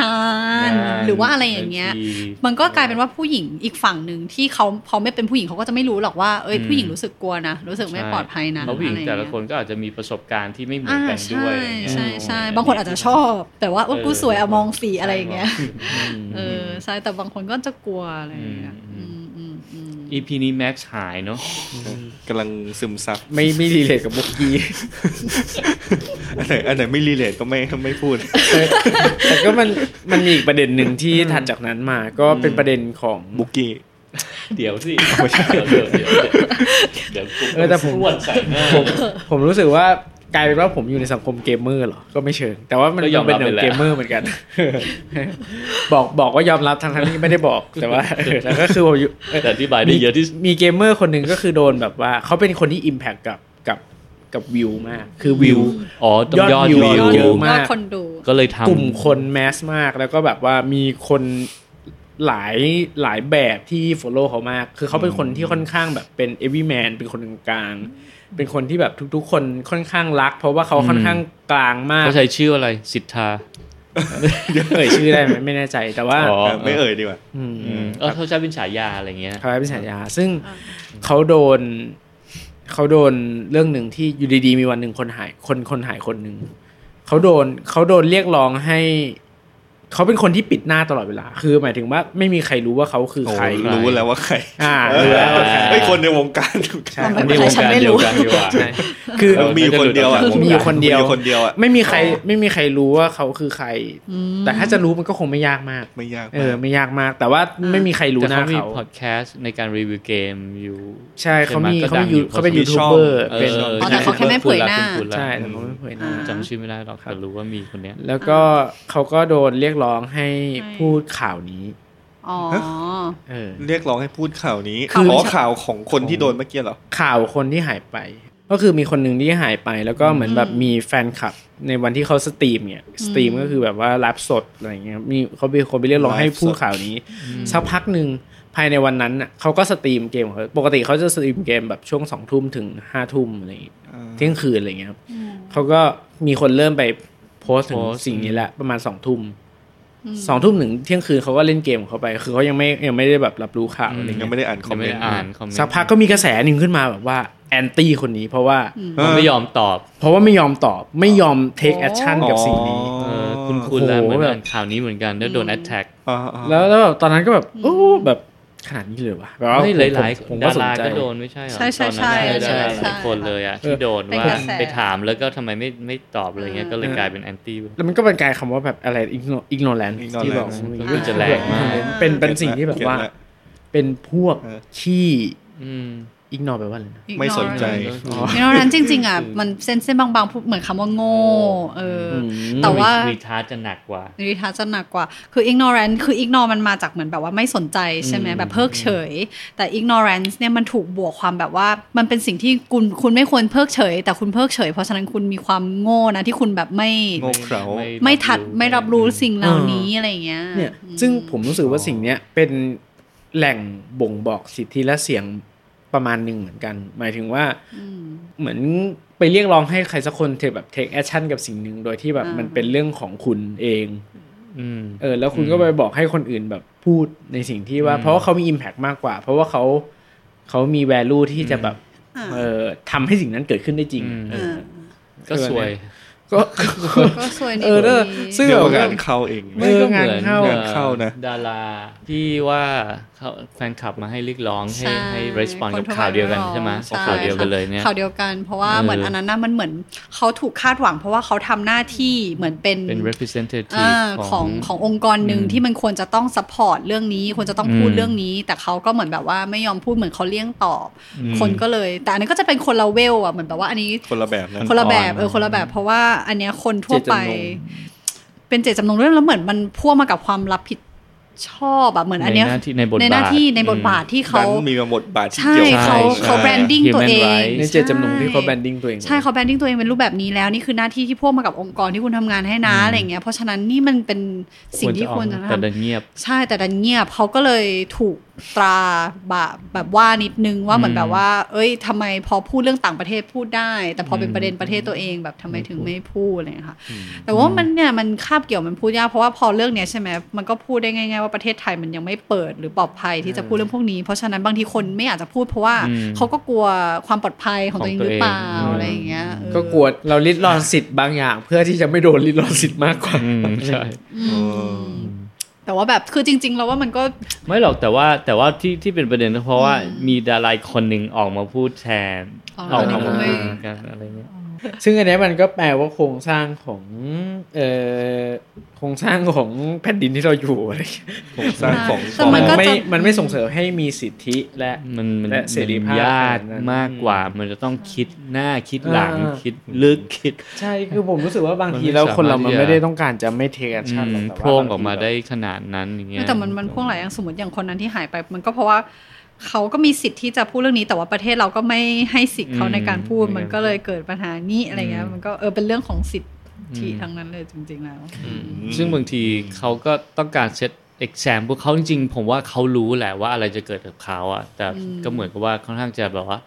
S3: นาน หรือว่าอะไรอย่างเงี้ย มันก็กลายเป็นว่าผู้หญิงอีกฝั่งหนึ่งที่เขาพอไม่เป็นผู้หญิงเขาก็จะไม่รู้หรอกว่าเอ้ย
S4: อืม
S3: ผู้หญิงรู้สึกกลัวนะรู้สึกไม่ปลอดภัยนะ
S4: เพราะผู้หญิง
S3: อไร
S4: แต่
S3: เย
S4: ละคนก็อาจจะมีประสบการณ์ที่ไม่เหมือน
S3: อ่า
S4: กันด้ว
S3: ใช่
S4: ยอย่างเงี้ย
S3: ใช่ใช่บางคนอาจจะชอบ แต่ว่าว่า
S4: เออ
S3: กูสวยอะมองสีอะไรอย่างเงี้ย
S4: อืม
S3: เออใช่แต่บางคนก็จะกลัวอะไรอย่างเงี้ย
S4: อื
S3: อื
S4: ม
S3: มอืมอืม
S4: EP นี้แม็กซ์หายเนาะ
S1: กำลังซึมซับ
S2: ไม่ไม่รีเลทกับบุกกี้
S1: อันไหนอันไหนไม่รีเลทก็ไม่ไม่พูด
S2: แต่แต่ก็มันมันมีอีกประเด็นหนึ่งที่ถัดจากนั้นมาก็เป็นประเด็นของ
S1: บุกกี้
S4: เดี๋ยวสิเดี๋ยวเดี๋ยวเดี๋ยวเดี๋ยว
S2: เออแต่ผม
S4: อ้วนใส่หน้า
S2: ผมผมรู้สึกว่ากลายเป็นว่าผมอยู่ในสังคมเกมเมอร์เหรอ ก็ไม่เชิง แต่ว่ามัน
S4: ก็ยอม
S2: เป็
S4: รั
S2: น
S4: บไปแล้ว
S2: หนังเกมเมอร์เหมือนกัน บอกบอกว่ายอมรับทางทั้งๆที่ไม่ได้บอก แต่ ว่าเออแล้วก็คือผมอยู่เออ
S4: แต่อธิบายได้เยอะที่สุด
S2: มีเกมเมอร์คนหนึ่งก็คือโดนแบบว่าเขาเป็นคนที่อิมแพคกับกับกับวิวมาก คือวิว
S4: อ๋อต้องยอด
S2: ยอดวิ
S4: วิ
S2: ว
S4: วย
S2: อะมาก
S3: ยอดคนดู
S4: ก็เลยทำ
S2: กลุ่มคนแมสมากแล้วก็แบบว่ามีคนหลายหลายแบบที่ follow เขามาก คือเขาเป็นคนที่ค่อนข้างแบบเป็น everyman เป็นคนกลางๆเป็นคนที่แบบทุกๆ คนค่อนข้างรัก เพราะว่าเขาค่อนข้างกลางมาก
S4: เขาใช้ชื่ออะไรสิทธา
S2: เอ่ยชื่อได้ไหมไม่แน่ใจแต่ว่า
S4: อ๋อ
S1: เออไม่เอ่ยดีกว่า
S2: ม
S4: อืมเออเขาใช้เป็นฉายาอะไรเงี้ย
S2: เขาให้เป็นฉายาซึ่ง
S3: อ่า
S2: เขาโดนเขาโดนเรื่องหนึ่งที่อยู่ดีๆมีวันหนึ่งคนหายคนคนหายคนหนึ่งเขาโดนเขาโดนเรียกร้องให้ เขาเป็นคนที่ปิดหน้าตลอดเวลา คือหมายถึงว่าไม่มีใครรู้ว่าเขาคือ
S1: โอ้
S2: ใคร
S1: รู้แล้วว่าใคร
S2: อ่า
S1: เออ
S2: รู้แล้วว่าใคร
S1: ไอ้ยคนในวงการ
S2: ใช่
S3: ทำไม
S2: คน
S3: ไม่ใช่
S2: ที่วง
S3: ฉันไม่รู้
S4: เดียวกันดีกว่า
S2: ใช่คือ
S1: เออมีอยู่คนเดียวอ่ะ
S2: มีอยู่คนเดียว
S1: มีคนเดียวอ่ะ
S2: ไม่มีใครไม่มีใครรู้ว่าเขาคือใคร
S3: อืม
S2: แต่ถ้าจะรู้มันก็คงไม่ยากมาก
S1: ไม่ยาก
S2: เออ
S1: มาก
S2: ไม่ยากมาก แต่ว่า
S3: อ่า
S2: ไม่มีใครรู้
S4: แต่
S2: หน้า
S4: เขามี
S2: เขา
S4: พอดแคสต์ในการรีวิวเกมอยู่
S2: ใช่เขามี
S4: ใช่
S2: เขา
S4: ไหมก็ดังอ
S2: มียู
S4: ยู่
S2: เขาเป็นยูทูบเบอร์เป็น
S4: ออ
S3: อ๋อแต่เขาแค่ไม่เผยหน้า
S4: คุณละ
S2: ใช่แต่เขาไม่เผยหน้า
S4: จำชื่อไม่ได้หรอก
S2: ครับ
S4: แต่รู้ว่ามีคนเนี้ย
S2: แล้วก็เขาก็โดนเรียกร้องให้
S3: ให้
S2: พูดข่าวนี้
S3: อ๋อ
S2: เออ
S1: เรียกร้องให้พูดข่าวนี้
S3: ข่าว
S1: อ๋อข่าวของคนที่โดนเมื่อกี้เหรอ
S2: ข่าวคนที่หายไป ก็คือมีคนหนึ่งที่หายไป แล้วก็เหมือนแบบมีแฟนคลับ ในวันที่เขาสตรีมเนี่ยสตรีมก็คือแบบว่าไลฟ์สดอะไรเงี้ยมีเขาเป็นคนไปเรียกร้องให้พูดข่าวนี้ สักพักหนึ่งภายในวันนั้นน่ะเขาก็สตรีมเกมของเขาปกติเขาจะสตรีมเกมแบบช่วงสองทุ่มถึงห้าทุ่มอะไรอย่างเงี้ย
S1: อ่า
S2: เที่ยงคืนอะไรเงี้ยครับเขาก็มีคนเริ่มไปโพสต์ถึง
S4: โพสต์
S2: สิ่งนี้แหละประมาณสองทุ่มสองทุ่มถึงเที่ยงคืนเขาก็เล่นเกมของเขาไป คือเขายังไม่ยังไม่ได้แบบรับรู้ข่าวอะไร
S1: ยั
S2: เงี้
S1: ง
S2: ย
S1: ไม่ได้อ่านคอ
S4: ยั
S1: ม
S4: ง
S1: เม
S4: ไม่
S1: น
S4: ได้
S1: ต์
S4: อ่านคอมเมนต์
S2: สักพักก็มีกระแสหนึ่งขึ้นมาแบบว่าแอนตี้คนนี้ เพราะว่า
S1: เออ
S4: ไม่ยอมตอบ
S2: เพราะว่าไม่ยอมตอบไม่ยอมเทคแอคชั่นกับสิ่งนี้
S1: อ๋อ
S4: เออคุณคุณแล้วเห
S2: โอ้โห
S4: มือน
S2: แบบ
S4: อ่านข่าวนี้เหมือนกันแล้วโดนแอดแท็ก
S1: อ่าอ่า
S2: แล้วแล้วแบบตอนนั้นก็แบบโอ้แบบขนาดนี้เลยวะแบบว่า
S4: ไม่หลาย
S2: ผมผ
S4: ๆ
S2: มก็
S4: ดา
S2: สน
S4: รา
S2: ใจ
S4: ก็โดนไม่ใช่เหรอ
S3: ใช่ใช่
S4: ตอนนั้น
S2: ใช่
S4: น่าจะ
S2: ใช่
S4: หลายคนเลยอ่ะที่โดน
S3: เป็น
S4: ว่าก
S3: ระแส
S4: ไปถามแล้วก็ทำไมไม่ไม่ตอบอะไรเงี้ยก็เลย
S2: เออ
S4: กลายเป็นแอนตี้
S2: แล้วมันก็เป็นการคำว่าแบบอะไรอิกโนแลนที่บอก
S4: ก็คือจะแรงมาก
S2: เป็นเป็นสิ่งที่แบบว่า เป็นพวกที่
S4: อืม
S2: อิกโนแปลว่าอะไรนะ
S1: ไม่สนใจ
S2: อ๋อ
S3: เพราะนั้นจริง ๆอ่ะมันเส้นเส้นๆบางๆเหมือนคำว่าโง่เอออ
S2: ม
S3: แต่ว่า
S4: รีทาร์จะหนักกว่า
S3: นิริทัศน์จะหนักกว่า คือ ignorance คือ ignore มันมาจากเหมือนแบบว่าไม่สนใจใช่ไหมแบบเพิกเฉย แต่ ignorance เนี่ยมันถูกบวกความแบบว่า มันเป็นสิ่งที่คุณคุณไม่ควรเพิกเฉย แต่คุณเพิกเฉย เพราะฉะนั้นคุณมีความโง่นะที่คุณแบบไม่
S1: งงเขลา
S3: ไม่ทัดไม่รับรู้สิ่งเหล่านี้
S2: เอออ
S3: อะไรอย่างเงี้ย
S2: เนี่ย
S3: อืม
S2: ซึ่งผมรู้สึกว่าสิ่งเนี้ยเป็นแหล่งบ่งบอกสิทธิและเสียงประมาณหนึ่งเหมือนกัน หมายถึงว่า
S3: อืม
S2: เหมือนไปเรียกร้องให้ใครสักคนเทแบบเทคแอคชั่นกับสิ่งหนึ่งโดยที่แบบ
S3: อ่ามั
S2: มันเป็นเรื่องของคุณเอง
S4: อืม
S2: เออแล้วคุณก็ไปบอกให้คนอื่นแบบพูดในสิ่งที่ว่า
S4: อืม
S2: เพราะว่าเขามี Impact มากกว่า เพราะว่าเขาเขามี value ที่จะแบบ
S3: อ่า
S2: เออทำให้สิ่งนั้นเกิดขึ้นได้จริงเออ
S3: อ่า
S4: ก็สวย
S2: ก็
S3: ก็สวยดี
S2: เออเนอะซึ่ง
S1: เดี๋ยวงานเข้าเอง
S2: ไม่ก็งานเข้า
S4: หมือ
S1: า
S4: ง
S1: นเข้านะ
S4: ดาราที่ว่าเขาแฟนคลับมาให้เรียกร้องให้
S3: ช่
S4: ให้รีสปอน
S3: ค
S4: กับ
S3: ทั่ไป
S4: ข่าวเดียวกันใช่ไหม
S3: ใช่
S4: ข่าวเดียวกันเลยเนี่ย
S3: ข่าวเดียวกันเพราะว่า
S4: เออ
S3: เหมือนอันนั้นนะมันเหมือนเขาถูกคาดหวัง เพราะว่าเขาทำหน้าที่เหมือนเป็น
S4: เป็น representative
S3: อ่าของ
S4: ข
S3: ข
S4: อ
S3: อง งองค์กรหนึ่ง
S4: อืม
S3: ที่มันควรจะต้องซัพพอร์ตเรื่องนี้ควรจะต้องพูด
S4: อืม
S3: เรื่องนี้ แต่เขาก็เหมือนแบบว่าไม่ยอมพูดเหมือนเขาเลี่ยงตอบ
S4: อืม
S3: คนก็เลย แต่อันนั้นก็จะเป็นคนละเวลอ่ะเหมือนแบบว่าอันนี้
S1: คนละแบบนะ
S3: คนละแบบ
S4: อ่อน
S3: เออคนละแบบเพราะว่าอันเนี้ยคนทั่วไป
S2: เจตจำนง
S3: เป็นเจตจำนงเรื่องแล้วเหมือนมันพ่วงมากับความรับผิดชอบอะเหมือนอันเนี้ย
S4: ในหน้าที่ในบทบาท
S3: ในหน้าที่ใน
S4: อืม
S3: บทบาทที่เขา
S1: ดันมีมาบทบาทที่
S3: ใช่
S1: เกี่ยวข้
S3: เขา
S1: อง
S3: เขา
S1: ใช่
S3: แบรนดิ้ง
S4: Human
S3: ตัวเอง
S4: rights
S2: ในเจตจำนงที่เขาแบนดิ้งตัวเอง
S3: ใช่เขาแบนดิ้งตัวเองเป็นรูปแบบนี้แล้วนี่คือหน้าที่ที่พ่วงมากับองค์กรที่คุณทำงานให้นะอะไรอย่างเงี้ยเพราะฉะนั้นนี่มันเป็นสิ่งที่ควรจะ
S4: แต่
S3: ทำ
S4: ดันเงียบ
S3: ใช่แต่ดันเงียบเขาก็เลยถูก ตราแบบแบบว่านิดนึงว่าเหมือนแบบว่า เอ้ยทำไมพอพูดเรื่องต่างประเทศพูดได้ แต่พอเป็นประเด็นประเทศตัวเองแบบทำไมถึงไม่พูดอะไรอย่างเงี้ยค่ะ แต่ว่ามันเนี่ยมันคาบเกี่ยวมันพูดยากเพราะว่าพอเรื่องเนี้ยใช่ไหมมันก็พูดได้ง่ายๆว่าประเทศไทยมันยังไม่เปิดหรือปลอดภัยที่จะพูดเรื่องพวกนี้ เพราะฉะนั้นบางทีคนไม่อยากจะพูดเพราะว่า
S4: อืม
S3: เขาก็กลัวความปลอดภัยของตัวเองหรือเปล่า
S4: ของตัวเอง
S3: อะไรอย่างเงี้ยเออ
S2: ก็กลัวเราลิดรอนสิทธิ์บางอย่าง เพื่อที่จะไม่โดนลิดรอนสิทธิ์มากกว่า
S4: อืมใช่
S3: อื
S1: อ๋
S3: ม
S1: อ
S3: แต่ว่าแบบคือจริง ๆ แล้วว่ามันก็
S4: ไม่หรอกแต่ว่าแต่ว่าที่ที่เป็นประเด็นก็เพราะว่ามีดาราคนหนึ่งออกมาพูดแทน
S3: อ๋อ
S4: ออกมา
S2: อันนี้ผมไม่
S4: พูดเหมือนกันอะไรเงี้ย
S2: ซึ่งอันเนี้ยมันก็แปลว่าโครงสร้างของเอ่อโครงสร้างของแผ่นดินที่เราอยู่อะไรอย่างเงี้ย
S1: โครงสร้างของ
S3: แต่มัน
S1: ข
S3: ก็
S1: อง
S2: ไม่
S3: จะ
S2: มันไม่ส่งเสริมให้มีสิทธิและ
S4: มันมัน
S2: และเสรีภาพ
S4: มันยาก
S2: ขนาดนั้น
S4: มากกว่ามันจะต้องคิดหน้าคิดหลัง
S2: อ่า
S4: คิดลึกคิด
S2: ใช่คือผมรู้สึกว่าบาง
S4: มันไม่
S2: ทีแล้วคนเรา
S4: สามารถ
S2: มั
S4: ที่จะ
S2: นไม่ได้ต้องการจะไม่เทกันชั่นหรอกแต่
S4: โพ
S2: ว่า
S4: ร่ง
S2: บางที
S4: ออกมาได้ขนาดนั้นอย่างเงี้ย
S3: แต่มันมันพ่วงหลายอย่างสมมติอย่างคนนั้นที่หายไป มันก็เพราะว่าเขาก็มีสิทธิ์ที่จะพูดเรื่องนี้ แต่ว่าประเทศเราก็ไม่ให้สิทธิ์เขาในการพูด มันก็เลยเกิดปัญหานี้อะไรเงี้ยมันก็เออเป็นเรื่องของสิทธิทั้งนั้นเลยจริง ๆ แล้ว
S4: ซึ่งบางทีเขาก็ต้องการเซตเอกแซมพวกเขาจริงๆ ผมว่าเขารู้แหละว่าอะไรจะเกิดกับเขาอ่ะแต่
S3: อืม
S4: ก็เหมือนกับว่าค่อนข้างจะแบบว่า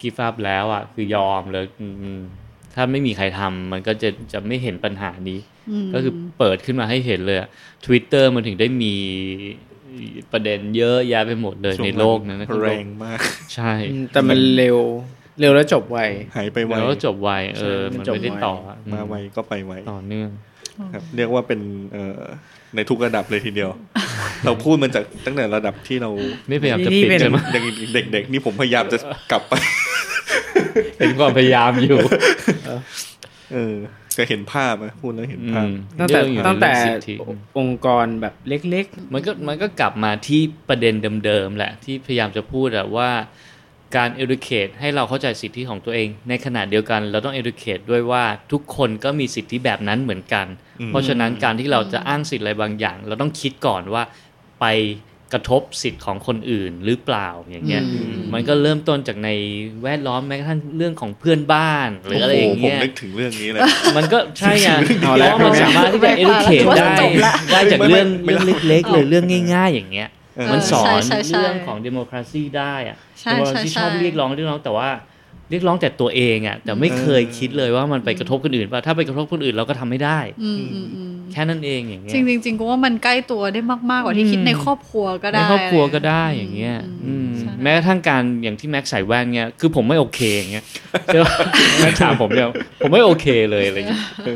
S4: กีฟาบแล้วอ่ะคือยอมเลยอืมถ้าไม่มีใครทำมันก็จะจะไม่เห็นปัญหานี้
S3: ม
S4: ก็คือเปิดขึ้นมาให้เห็นเลยทวิตเตอร์มันถึงได้มีประเด็นเยอะแยะไปหมดเลย
S1: ช่วง
S4: ในโลกนั้นนะ
S1: แรงมาก
S4: ใช่
S2: อืมแต่มันเร็วเร็วแล้วจบไว
S1: หายไปไว
S4: แล้วก็จบไวเออ
S2: ใช่
S4: มันไม่ได้
S2: มันจบไว
S4: ต่ออะ
S1: มาไวก็ไปไว
S4: ต่อเนื่อง
S1: ครับ เรียกว่าเป็นเอ่อในทุกระดับเลยทีเดี ยว เราพูดมันจากตั้งแต่ระดับที่เรา
S4: นี่ พยายามจะ
S2: นี่
S4: ปิด
S2: เป็น
S4: ใช่ไหม
S1: ยังเด็ก ๆ นี่ผมพยายามจะกลับไป
S4: เห็นความพยายามอยู่
S1: เออจะเห็นภาพอะพูดแล้วเห็นภาพ
S2: ตั้งแต่
S4: เรื่องอยู่
S2: ตั้งแต่
S4: เรื่องสิทธิ
S2: องค์กรแบบเล็ก
S4: มันก็มันก็กลับมาที่ประเด็นเดิมๆแหละ ที่พยายามจะพูดอะว่าการ educate ให้เราเข้าใจสิทธิของตัวเอง ในขณะเดียวกันเราต้อง educate ด้วยว่าทุกคนก็มีสิทธิแบบนั้นเหมือนกัน
S1: อืม
S4: เพราะฉะนั้นการที่เราจะอ้างสิทธิ์อะไรบางอย่าง เราต้องคิดก่อนว่าไปกระทบสิทธิ์ของคนอื่นหรือเปล่าอย่างเงี้ย
S3: อืม
S4: มันก็เริ่มต้นจากในแวดล้อมแม้กระทั่งเรื่องของเพื่อนบ้านหรืออะไรอย่าง
S1: ผม
S4: เงี้ย
S1: นึกถึงเรื่องนี้เลย
S4: มันก็ใช่ไงเพ
S2: เอา
S4: ราะ
S2: ละ
S4: ว่ามันสามารถที่จะ educate
S3: ไม่
S4: ได้
S3: จบละ
S4: ได้จาก
S1: ไม่ไม่
S4: เรื่อง
S1: ไม่
S4: เรื่อง
S1: เล่า
S4: เล็กๆหรือเรื่องง่าย ๆ อย่างเงี้ย
S1: เออ
S4: มันสอน
S3: ใช่ใช่ใช่
S4: เรื่องของ democracy ได้อะ
S3: ใช่
S4: democracy
S3: ใช่
S4: ชอบ
S3: ใช่
S4: เรียกร้องเรียกร้องแต่ว่าเรียกร้องแต่ตัวเองอ่ะแต่ไม่เคยคิดเลยว่ามันไปกระทบคนอื่นป่ะถ้าไปกระทบคนอื่นเราก็ทำไม่ได้
S3: อืมอืมอืม
S4: แค่นั้นเองอย่างเงี้ย
S3: จริงๆจริงๆกูว่ามันใกล้ตัวได้มากๆกว่าที่คิด
S4: อืม
S3: ในครอบครัวก็ได้
S4: ในครอบครัวก็ได้อย่างเงี้ย
S3: อืม
S4: อืม
S3: ใช่
S4: แม้กระทั่งการอย่างที่แม็กใส่แว่นเงี้ยคือผมไม่โอเคอย่างเงี้ย เจอ แม็กถามผมเนี่ยผมไม่โอเคเลยอะไรเงี้ย
S1: เอ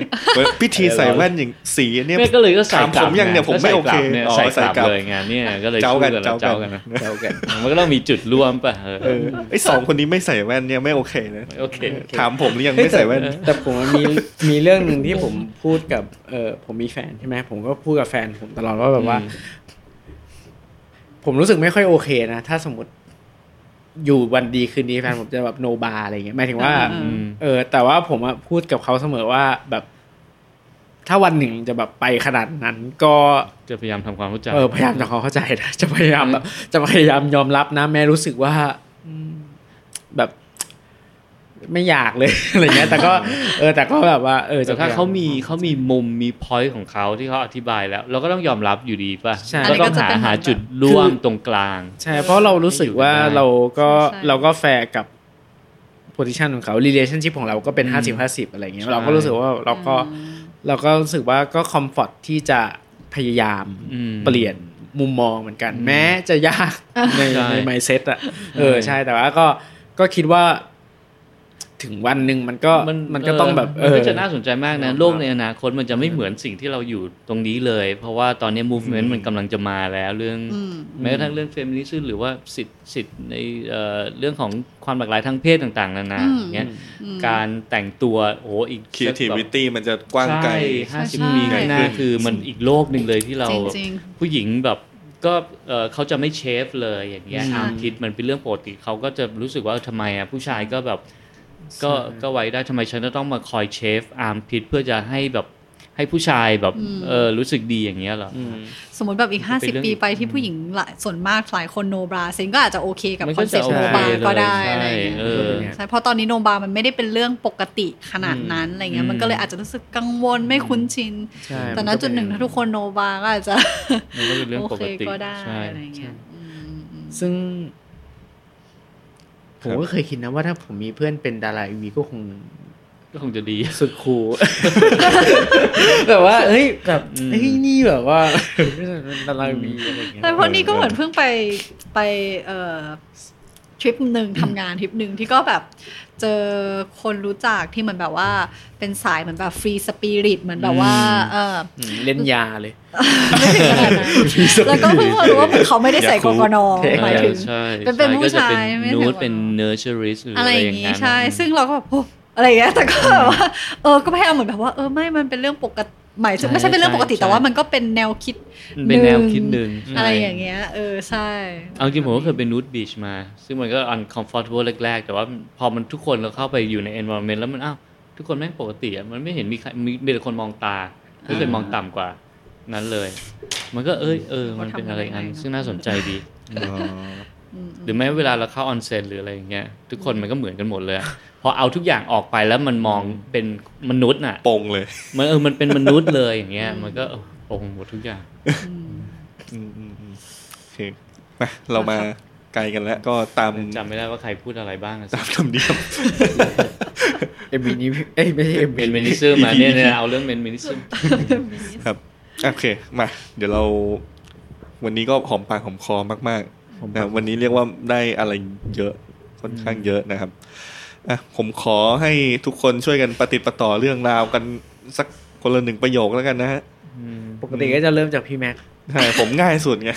S1: อพิธีใส่แว่นอย่างสีเนี่ย
S4: แม่ก็เลยก็ใส่
S1: ถาม
S4: กลับ
S1: ผมยังเนี่ยผมไม่โอเค
S4: เนี่ย
S1: อ๋อ
S4: ใส่
S1: ใส่
S4: ก
S1: กลั
S4: ลับบ เลยงานเนี่ยก็เลย
S1: เจ้ากัน
S4: สู้
S1: เจ้า
S4: เจ้า
S1: กั
S4: กัน
S1: น
S4: นะ
S2: ๆแล้วกัน
S4: มันก็ต้องมีจุดร่วมป่ะเออ
S1: เออไอสองคนนี้ไม่ใส่แว่นเนี่ยไม่โอเคนะ
S4: โอเค
S1: ถามผมหรือยังไม่ใส่แว่น
S2: แต่ผมมันมี มีเรื่องหนึ่งที่ผมพูดกับเออผมมีแฟนใช่ไหมผมก็พูดกับแฟนผมตลอดว่าแบบว่า ผมรู้สึกไม่ค่อยโอเคนะ ถ้าสมมติอยู่วันดีคืนดีแฟนผมจะแบบโนบาอะไรเงี้ยหมายถึงว่า
S3: อื
S4: ม
S2: เออ แต่ว่าผมอะพูดกับเขาเสมอว่าแบบ ถ้าวันหนึ่งจะแบบไปขนาดนั้น ก็
S4: จะพยายามทำความรู้จัก
S2: เออพยายามจะเขาเข้าใจนะ จะพยายามแบบจะพยายามยอมรับนะแม่รู้สึกว่าอืมแบบ ไม่อยากเลย อะไรเงี้ย แต่ก็ เออ แต่ก็แบบว่า เออ
S4: แต่
S2: จะ
S4: ถ้า
S2: พยย
S4: เขามีเขามีมุมมี point ของเขาที่เขาอธิบายแล้ว เราก็ต้องยอมรับอยู่ดีป่ะ
S2: ใช่
S4: ก็ต้องหาหาจุดร่วมตรงกลาง
S2: ใช่เพราะเรารู้สึกว่า
S4: อยู่กันได้
S2: เราก็
S3: ใช่
S2: เราก็แฟร์กับโพ i ิชันของเขา relationship ของเราก็เป็น
S4: อืม
S2: 50 50 อะไรเงี้ย
S4: ใช่
S2: เราก็รู้สึกว่าเราก็เราก็รู้สึกว่าก็คอมฟอร์ทที่จะพยายาม
S4: อืม
S2: เปลี่ยนมุมมองเหมือนกัน แม้จะยากใน
S4: ใช่
S2: ใน mindset อ่ะเออใช่แต่ว่าก็ก็คิดว่า ถึงวันหนึ่งมันก็มันก็ต้องแบบ
S4: มันก็จะ
S2: เออ
S4: น่าสนใจมากนะ
S2: เออ
S4: โลกในอนาคตมันจะไม่เหมือนสิ่งที่เราอยู่ตรงนี้เลย เพราะว่าตอนนี้ movement มันกำลังจะมาแล้วเรื่อง
S3: อืม
S4: แม้กระทั่งเรื่องเฟมินิซึมหรือว่าสิทธิสิทธิในเอ่อเรื่องของความหลากหลายทางเพศต่างๆ นานา
S3: อืม
S4: อย่างเงี้ยการแต่งตัวโอ้โหอีก
S1: creativity มันจะกว้างไกล
S4: ห้าสิบ
S3: ใช่
S4: ปีข้างหน้าคือมันอีกโลกหนึ่งเลยที่เรา
S3: จริง
S4: ผู้หญิงแบบก็เอ่อเขาจะไม่เชฟเลยอย่างเงี้ย
S2: ใช่
S4: อาทิตย์มันเป็นเรื่องปกติเขาก็จะรู้สึกว่าเออทำไมอ่ะผู้ชายก็แบบก็ก็ไว้ได้ทำไมฉันจะต้องมาคอยเชฟอาร์มพิษเพื่อจะให้แบบให้ผู้ชายแบบ
S3: อืม
S4: เออรู้สึกดีอย่างเงี้ยเหรอ
S2: อืม
S3: ๆ สมมติแบบอีก
S4: มันเป็นเรื่อง
S3: 50 ปีไปที่ผู้หญิงหลายส่วนมากหลายคนโนบราเซนก็อาจจะโอเคกับ
S4: มัน
S3: ค
S4: ก็
S3: อนเซ็ปต์
S4: จะ
S3: โน
S4: โอเค
S3: บราก็ได้
S4: เลย
S3: อะไรอย่าง
S4: ใช่เอ
S3: เงี้ย
S4: อ
S3: ใช่เพราะตอนนี้โนบามันไม่ได้เป็นเรื่องปกติขนาดนั้นอะไรเงี้ยมันก็เลยอาจจะรู้สึกกังวลไม่คุ้นชิน
S2: ใช่
S3: แต่ณ
S2: มัก็
S3: จุดหนึ่ง
S2: เป็
S3: ถ้าทุกคนโนบาก็อาจจะ
S4: มันก็เป็นเรื่อง
S3: โอ
S4: ป
S3: เค
S4: กติ
S3: ก็ได้
S4: ใช่
S3: อะไรเงี้ยอืม
S2: ซึ่ง
S1: ค
S2: ผ
S1: รับ
S2: มก็เคยคิดนะว่าถ้าผมมีเพื่อนเป็นดาราอีวีก็คง
S4: ก็คงจะดี
S2: สุดคูล แบบว่า เฮ้ยแบบ
S4: อืม
S2: เฮ้ยนี่แบบว่า ดาราอีวีอะไรอย่างเงี้ย
S3: แต่พวกนี้ก็เหมือนเพิ่งไปไปเอ่อทริปหนึ่งทำงานทริปหนึ่งที่ก็แบบเจอคนรู้จักที่เหมือนแบบว่าเป็นสายเหมือนแบบฟรีสปิริตเหมือนแบบว่าเออ
S2: อืมเล่นยาเลย
S3: ไม่ถึงขนาดนั้นแล้วก็เพิ่งมารู้ว่าเหมือนเขาไม่ได้ใส่กกนหมายถึง
S4: ใช่
S3: เป็นเป็นผู้ชายไม่
S4: ไม่
S3: ใช่
S4: นูด
S3: ว่า
S4: เป็นเนอร์เชอริสหรือ
S3: อะ
S4: อะไรไรอย่
S3: อา
S4: ย่าง ง
S3: นี้
S4: นั้น
S3: ใช่ ซึ่งเราก็แบบโอ้อะไรอย่างเงี้ยแต่ก็แบบว่า เออก็พยายามเหมือนแบบว่าเออไม่มันเป็นเรื่องปกติหมายถึงไม่ใช่เป็นเรื่องปกติแต่ว่ามันก็เป็นแนวคิด
S4: เป็นแนวคิดหนึ่งใช่
S3: อะไรอย่างเงี้ย เออใช่
S4: เอาจริงผมก็เคยไปนูดบีชมา ซึ่งมันก็ uncomfortable แรก ๆ แต่ว่าพอมันทุกคนเราเข้าไปอยู่ใน environment แล้วมันอ้าวทุกคนแม่งปกติอะมันไม่เห็นมีใครมีมีแต่คนมองตาหรือเป็นมองต่ำกว่า นั้นเลย มันก็เอ้ยเออมันเป็นอะไรอัน ซึ่งน่าสนใจดี
S1: อ๋อ
S4: หรือแม้เวลาเราเข้าออนเซ็นหรืออะไรอย่างเงี้ยทุกคนมันก็เหมือนกันหมดเลยอะพอเอาทุกอย่างออกไปแล้วมันมองเป็นมนุษย์น่ะ
S1: โปร่งเลย
S4: มันเออมันเป็นมนุษย์เลยอย่างเงี้ยมันก็เออโอ้โหหมดทุกอย่าง
S1: อืมอืมอืมโอเคมาเรามาไกลกันแล้ว ก็ตาม
S4: จำไม่ได้ว่าใครพูดอะไรบ้างอะ
S1: ตามคำเดียว
S2: เอ็มบีนี้เอ้ยไม่ใช่เอ็ม
S4: เม
S2: บี
S4: นมินิซึมมาเนี่ยเนี่ยเอาเรื่องเมนมินิซึม
S1: ครับโอเคมาเดี๋ยวเราวันนี้ก็หอมปากหอมคอมากๆนะครับวันนี้เรียกว่าได้อะไรเยอะค่อนข้างเยอะนะครับอ่ะผมขอให้ทุกคนช่วยกันปฏิดประต่อเรื่องราวกันสักคนละหนึ่งประโยคแล้วกันนะฮะ
S2: ปกติก็จะเริ่มจากพี่แม็ก
S1: ใช่ผมง่ายสุด ไง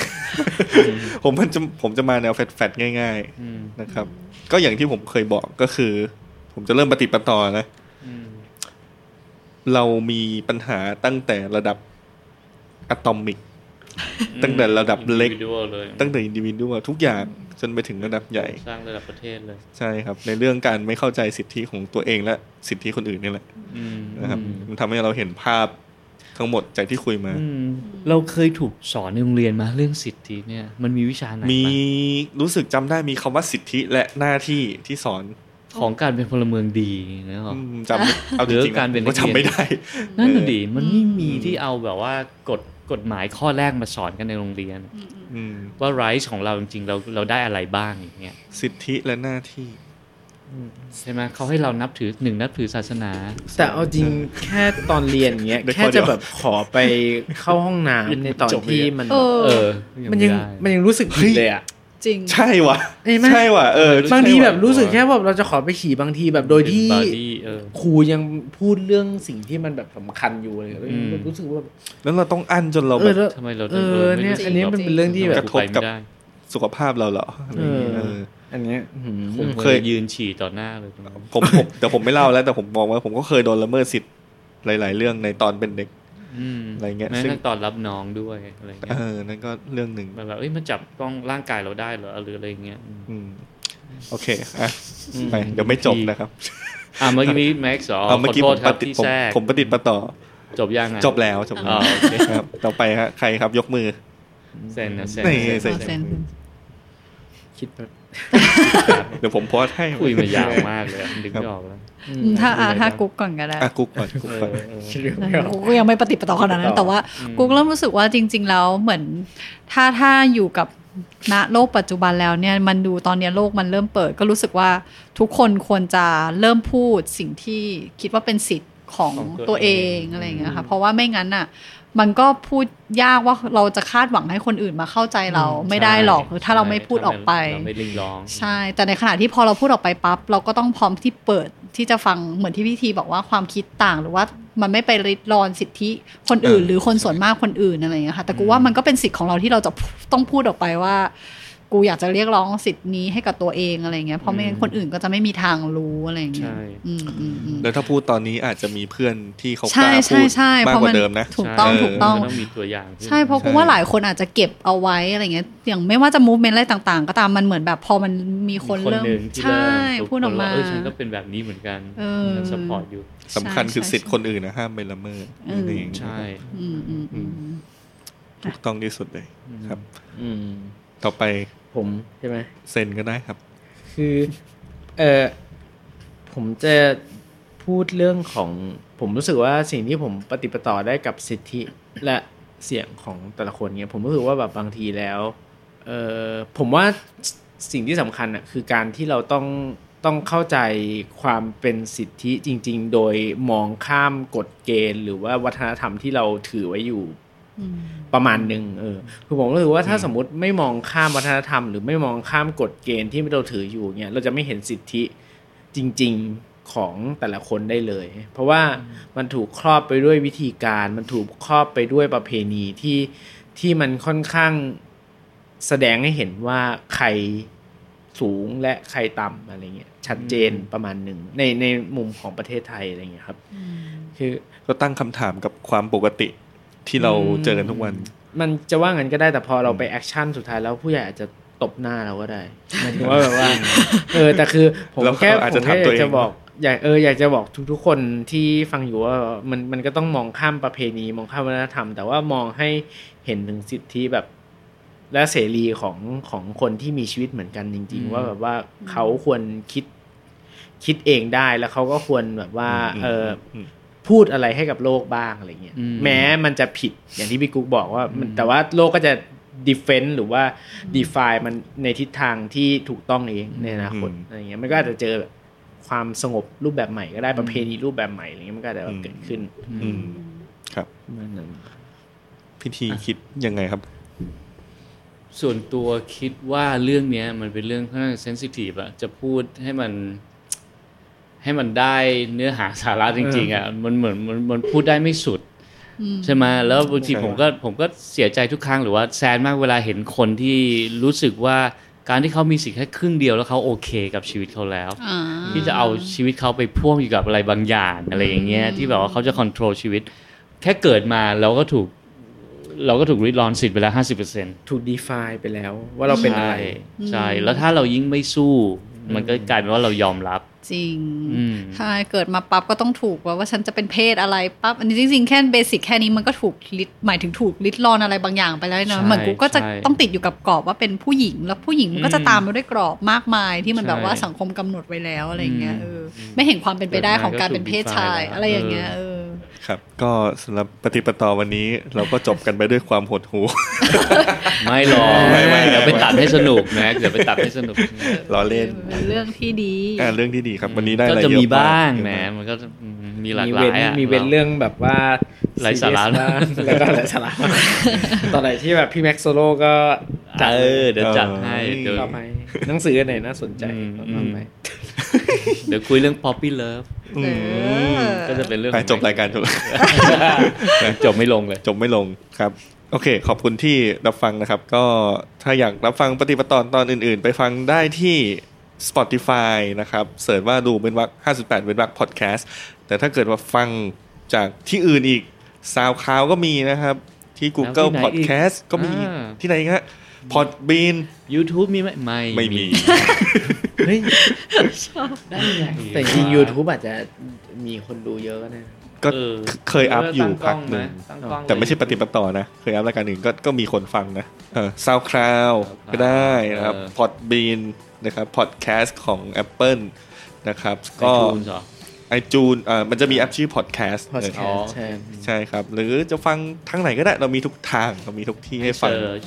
S1: ผมมันจะผมจะมาแนวแฟดๆง่าย
S4: อืม
S1: ๆนะครับ ก็อย่างที่ผมเคยบอกก็คือ ผมจะเริ่มปฏิดประต่อนะ
S4: อืม
S1: เรามีปัญหาตั้งแต่ระดับอะตอมิก ตั้งแต่ระดับเล็ก
S4: individual เลย
S1: ตั้งแต่อินดิวิดวทุกอย่างจนไปถึงระดับใหญ่
S4: สร้างระดับประเทศเลย
S1: ใช่ครับ ในเรื่องการไม่เข้าใจสิทธิของตัวเองและสิทธิคนอื่นนี่แหละนะครับมันทำให้เราเห็นภาพทั้งหมดจากที่คุยมา
S4: อืมเราเคยถูกสอนในโรงเรียนมาเรื่องสิทธิเนี่ย มันมีวิชาไหน
S1: มี
S4: บ้าง
S1: รู้สึกจำได้มีคำว่าสิทธิและหน้าที่ที่สอน
S4: ของการเป็นพลเมืองดีนะครับ
S1: อืมจำเอาจริง
S4: หรือ
S1: ๆ
S4: การ
S1: นะ
S4: เป็นนั
S1: ก็
S4: กเรียน
S1: จำไม่ได้
S4: นั่นน่ะดิมันไม่มี
S1: อืม
S4: ที่เอาแบบว่ากฎกฎหมายข้อแรกมาสอนกันในโรงเรียน
S1: อืม
S4: ว่าไรส์ของเราจริงๆเราเราได้อะไรบ้างอย่างเงี้ย
S1: สิทธิและหน้าที่
S4: ใช่ไหมเขาให้เรานับถือหนึ่งนับถือศาสนา
S2: แต่เอาจริงแค่ตอนเรียนเงี้ย
S1: เดี๋ยว
S2: แค่จะแบบขอไปเข้าห้องน้ำในตอน
S1: จบเลยอะ
S2: ที่มัน
S3: เออ
S4: เออ
S2: มันยังมัน
S4: ไได้
S2: ยังรู้สึกผิดเลยอ่ะ
S3: จริง
S1: ใช่ว่ะ
S2: เห็นไหม
S1: ใช่ว่ะเออ
S4: รู้สึก
S2: บางทีแบบรู้สึกแค่แบบเราจะขอไปฉี่บางทีแบบโดยที่
S4: Body เออ
S2: ครูยังพูดเรื่องสิ่งที่มันแบบสำคัญอยู่เลยแล้ว
S4: อืม
S2: รู้สึกว่าแบบ
S1: แล้วเราต้องอั้นจนเรา
S2: เอ
S1: แบ
S2: อบ แล้ว
S4: ทำไมเรา
S2: เอ
S4: ถึง
S2: อเนี่ย
S4: ไม่
S2: อันนี้มันเป็นเรื่องที่แบบ
S1: กระทบกับ
S4: ไปไม่ได้
S1: สุขภาพเราเหรออะไร
S2: เอ
S1: อย่าง
S2: อ
S1: เงี้ยเออ
S2: อันเนี้ยหืม
S4: ผม
S1: เค
S4: เค
S1: ย
S4: ยยืนฉี่ต่อหน้าเลยตรงนั้น
S1: ผมผมแต่ผมไม่เล่าแล้วแต่ผมมองว่าผมก็เคยโดนละเมิดสิทธิ์หลาย ๆ เรื่องในตอนเป็นเด็ก
S4: อืม
S1: อะไรเงี้ย
S4: แม้
S1: ซึ่ง
S4: นั่งตอนรับน้องด้วยอะไร
S1: เอ
S4: เงี้ย
S1: อ นั่นก็เรื่องหนึ่ง
S4: มันแบบเอ้ยมันจับต้องร่างกายเราได้เหรอหรืออะไรเงี้ยอืม
S1: อืมโอเค อ่ะ ไป เดี๋ยวไม่จบนะครับ
S4: อ่ะเมื่อกี้แม็กซ์อ๋อ
S1: เอาเมื่อ
S4: ขอ
S1: กี้
S4: โท
S1: ผ
S4: ษ
S1: ม
S4: ค
S1: ป
S4: รับ
S1: ฏิด
S4: ที่
S1: ผม
S4: แทรก
S1: ผมปฏิดประต่อ
S4: จบยังไง
S1: จบแล้ว จบแล้ว
S4: อ๋อโอเค
S1: ครับ ต่อไปฮะ ใครครับ ยกมือ
S4: เซนนะเซน
S1: นี่
S4: เซน
S1: เซ็น
S4: เซน
S2: คิดแบบ
S1: เดี๋ยวผมโพอดให้
S4: คุยมายาวมากเลยอะดึกไม่ออกแล้ว
S2: อืม
S3: ถ้าอาถ้ากุ๊กก่อนก็ได้
S1: อ่ะกุ๊กก่อนกุ๊ก
S4: เอ
S1: ก่อน
S4: อเออ
S2: คิดไม่ออก
S3: กูก็ยังไม่ปฏิปต่อขนาดนั้น แต่ว่า
S4: อืม
S3: กูเริ่มรู้สึกว่าจริง ๆ แล้วเหมือน ถ้าถ้าอยู่กับณโลกปัจจุบันแล้วเนี่ยมันดูตอนเนี้ยโลกมันเริ่มเปิด ก็รู้สึกว่าทุกคนควรจะเริ่มพูดสิ่งที่คิดว่าเป็นสิทธิ์ของ
S4: ของตัว
S3: ตัวเอง
S4: เอง
S3: อะไรอย่างเงี้ยค่ะเพราะว่าไม่งั้นอ่ะ มันก็พูดยากว่าเราจะคาดหวังให้คนอื่นมาเข้าใจเราไม่ได้หรอกคือถ้าเราไม่พูดออกไป
S4: เราไม่ริงร้อง
S3: ใช่ แต่ในขณะที่พอเราพูดออกไปปั๊บ เราก็ต้องพร้อมที่เปิดที่จะฟังเหมือนที่พี่ทีบอกว่าความคิดต่างหรือว่ามันไม่ไปริดรอนสิทธิคนอื่น
S1: เออ
S3: หรือคนส่วนมากคนอื่นอะไรอย่างเงี้ยค่ะ แต่กูว่ามันก็เป็นสิทธิ์ของเราที่เราจะต้องพูดออกไปว่า กูอยากจะเรียกร้องสิทธินี้ให้กับตัวเองอะไรอย่างเงี้ย เพราะไม่งั้นคนอื่นก็จะไม่มีทางรู้อะไรอย่างเงี้ย
S4: ใช่
S3: อืมอืมอืม
S1: แล้วถ้าพูดตอนนี้อาจจะมีเพื่อนที่เขาก
S3: ใช่
S1: ล้า
S3: ใช่
S1: พูด
S3: ใช่
S1: มาก
S3: เพราะ
S1: ก
S3: มั
S1: ว่าน เดิมนะ
S3: ถูกต้อง
S1: เออ
S3: ถูกต้อง
S4: มันต้องมีตัวอย่าง
S3: ใช่เพราะ
S1: ใช่
S3: กูว่าหลายคนอาจจะเก็บเอาไว้อะไรเงี้ยอย่างไม่ว่าจะมูฟเมนต์อะไรต่างๆ ก็ตามมันเหมือนแบบพอมันมีคนเริ่ม
S4: หงที่
S3: ใช่
S4: เริ่ม
S3: พูดออกมา
S4: เออฉันก็เป็นแบบนี้เหมือนกัน
S3: เออ
S4: สปอร์ตอยู่
S1: สำคัญคือสิทธิ์
S3: ใช่
S1: คนอื่นนะห้ามไปละเมิด
S3: เออ
S1: นั่นเอง
S4: ใช่
S3: อืมอืมอืม
S1: ถูกต้องที่สุดเลยครับ
S2: อืม
S1: ต่อไป
S2: ผมใช่ไหม
S1: เซ็นก็ได้ครับ
S2: คือเออผมจะพูดเรื่องของผมรู้สึกว่าสิ่งที่ผมปฏิปต่อได้กับสิทธิและเสียงของแต่ละคนเนี่ยผมรู้สึกว่าแบบบางทีแล้ว เออผมว่าสิ่งที่สำคัญอ่ะคือการที่เราต้องต้องเข้าใจความเป็นสิทธิจริง ๆ โดยมองข้ามกฎเกณฑ์ หรือว่าวัฒนธรรมที่เราถือไว้อยู่
S3: อืม
S2: ประมาณหนึ่งเออคือผมรู้สึกว่าถ้าสมมติไม่มองข้ามวัฒนธรรม หรือไม่มองข้ามกฎเกณฑ์ที่เราถืออยู่เนี่ยเราจะไม่เห็นสิทธิจริง ๆของแต่ละคนได้เลย เพราะว่ามันถูกครอบไปด้วยวิธีการ มันถูกครอบไปด้วยประเพณีที่ที่มันค่อนข้างแสดงให้เห็นว่าใครสูงและใครต่ำอะไรเงี้ยชัดเจนประมาณหนึ่งในในมุมของประเทศไทยอะไรเงี้ยครับคือ
S1: ก็ตั้งคำถามกับความปกติที่เรา
S2: อืม
S1: เจอกันทุกวัน
S2: มันจะว่างั้นก็ได้แต่พอเราไปแอคชั่นสุดท้ายแล้วผู้ใหญ่อาจจะตบหน้าเราก็ได้หมายถึงว่าแบบว่า เอ อแต่คือผม
S1: แล้ว
S2: แค่
S1: เขาอาจ
S2: ผ
S1: จะ
S2: มแค่
S1: ถามตัวยเอก ง
S2: อาจะบอกอยากเอออยากจะบอกทุกๆคนที่ฟังอยู่ว่ามันมันก็ต้องมองข้ามประเพณีมองข้ามวัฒนธรรม แต่ว่ามองให้เห็นถึงสิทธิแบบ และเสรีของของคนที่มีชีวิตเหมือนกันจริง
S4: อืม
S2: ๆ ว่าแบบว่าเขาควรคิดคิดเองได้แล้วเขาก็ควรแบบว่า เออ
S1: ม
S2: พูดอะไรให้กับโลกบ้างอะไรเงี้ย
S4: อืม
S2: แม้มันจะผิดอย่างที่พี่กุ๊กบอกว่ามันแต่ว่าโลกก็จะดิเฟนต์หรือว่า d e f i มันในทิศทางที่ถูกต้องเองในอนาคต
S1: อืม
S2: อะไรเงี้ยมันก็อาจจะเจอแบบความสงบรูปแบบใหม่ก็ได้ประเพณีรูปแบบใหม่อะไรเงี้ยมันก็อาจจะแบบเกิดขึ้น
S1: อืม ครับ
S2: ประมาณนั้น
S1: พิธีคิดยังไงครับ
S4: ส่วนตัวคิดว่าเรื่องเนี้ยมันเป็นเรื่องค่อนข้างเซนซิทีฟอะจะพูดให้มัน ให้มันได้เนื้อหาสาระจริง ๆอะมันเหมือนมันมันพูดได้ไม่สุด
S3: อืม
S4: ใช่ไหมแล้วบางที
S1: ใช่
S4: ผมก็ผมก็เสียใจทุกครั้งหรือว่าแซนมากเวลาเห็นคนที่รู้สึกว่าการที่เขามีสิทธิ์แค่ครึ่งเดียวแล้วเขาโอเคกับชีวิตเขาแล้ว
S3: อ่า
S4: ที่จะเอาชีวิตเขาไปพ่วงอยู่กับอะไรบางอย่างอะไรอย่างเงี้ยที่แบบว่าเขาจะควบคุมชีวิต แค่เกิดมาเราก็ถูก เราก็ถูกริดรอนสิทธิ์ไปแล้วห้าสิบเปอร์เซ็นต์
S2: ถูก define ไปแล้วว่าเราเป็นอะไร
S4: ใช่
S3: อืม
S4: แล้วถ้าเรายิ่งไม่สู้ มันก็กลายเป็นว่าเรายอมรับ
S3: จริง
S4: อืม
S3: ใช่เกิดมาปั๊บก็ต้องถูกว่าว่าฉันจะเป็นเพศอะไรปั๊บอันนี้จริงๆแค่เบสิกแค่นี้มันก็ถูกลิดหมายถึงถูกลิดรอนอะไรบางอย่างไปแล้ว
S4: ใช่
S3: เนาะเหมือนกูก็จะ
S4: ใช่
S3: ต้องติดอยู่กับกรอบว่าเป็นผู้หญิง แล้วผู้หญิงมันก็จะ
S4: อืม
S3: ตามมาด้วยกรอบมากมายที่มันแบบ
S4: ใช่
S3: ว่าสังคมกำหนดไว้แล้วอะไรอย่างเงี้ย
S4: อืม
S3: เออไม่เห็นความเป็นไปได้ของการเป็นเพศชาย
S4: เกิดมาก็ถูก define แล้ว
S3: อะไรอย่างเงี้ยเออ
S1: ครับ ก็สำหรับปฏิปต่อวันนี้เราก็จบกันไปด้วยความหดหู
S4: ไม่หรอก
S1: ไม่ไม่
S4: เดี๋ยวไปตัดให้สนุกนะเดี๋ยวไปตัดให้สนุก
S1: ล้อเล่น
S3: เป็นเรื่องที่ดี
S1: อ่าเรื่องที่ดีครับ วันนี้ได้อะไร
S4: ก็
S1: เย
S4: จะ
S1: อะ
S4: มีบ้าง
S1: มก
S4: นะมันก็จะมีหลาก
S2: มี
S4: หลา
S2: เว้น
S4: ยอะ
S2: มีเว้นเรื่องแบบว่า
S4: ไร้สาระ
S2: ซีเยสบ้ง แล้วก็หลายสาระตอนไหนที่แบบพี่แม็กซ์โซโล่ก็จัด
S4: เออเดี๋ยวจัดให้
S1: เออ
S4: เดี๋ยว
S2: เอาไหมหนังสืออันไหนน่าสนใจ
S4: อืม
S2: เอาไหม
S4: เดี๋ยวคุยเรื่อง poppy love
S1: อื
S3: เอ
S1: ม
S3: อ
S4: ก็จะเป็นเรื่อง
S1: ไปจบรายการจบ
S4: จบไม่ลงเลย
S1: จบไม่ลงครับ โอเค ขอบคุณที่รับฟังนะครับ ก็ถ้าอยากรับฟังปฏิปต่อตอนอื่น ๆ ไปฟังได้ที่ Spotify นะครับเสิร์ชว่าดูเป็นวัก58เป็นวักพอดแคสต์แต่ถ้าเกิดว่าฟังจากที่อื่นอีกซาวคลาวก็มีนะครับ ที่ Google
S4: แล้วที่ไหนอีก
S1: Podcast ก็มี
S4: อ่า
S1: ที่ไหนอีกฮะ Podbean
S4: YouTube มีไหมไม่
S1: ไม่มี
S2: เฮ้ย
S4: ได้ไง
S2: แต่จริง YouTube อาจจะมีคนดูเยอะก็ได้นะ
S1: ก็
S4: เออ
S1: เคยอัพอยู่พักหนึ่ง
S4: ตั้กล้อง
S1: แต่ไม่ใช่ปฏิปต่อนะ เคยอัพรายการอื่นก็ก็มีคนฟังนะเออซาวคลาวก็ได้นะครับพอดบีนนะครับพอดแคสต์ของ Apple นะครับ
S4: ก็
S1: ก็
S4: คุณเหรอ
S1: ไอจูนเออมันจะมีแอปชื่อพอดแคสต์
S2: Podcast
S4: อ๋อ
S2: ใช่
S1: ใช่ครับ หรือจะฟังทั้งไหนก็ได้เรามีทุกทาง เรามีทุกที่ให้ฟัง
S4: เสิร์ช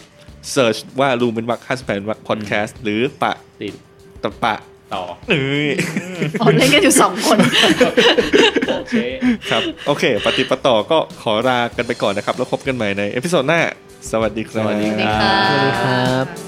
S1: เสิร์ชว่ารูมเป็นวักค่าสแปนวักพอดแคสต์หรือปะ
S4: ติด
S1: ตะปะ
S4: ต่อ
S1: เอ้ย
S3: อ๋อเล่นกันอยู่สอง คน
S4: โอเค
S1: ครับ โอเค ปฏิปต่อก็ขอลากันไปก่อนนะครับ แล้วพบกันใหม่ในเอพิโซดหน้า สวัสดีครับ
S4: สวัสดี
S3: สวัสดีค่ะ
S2: สวัสดีครับ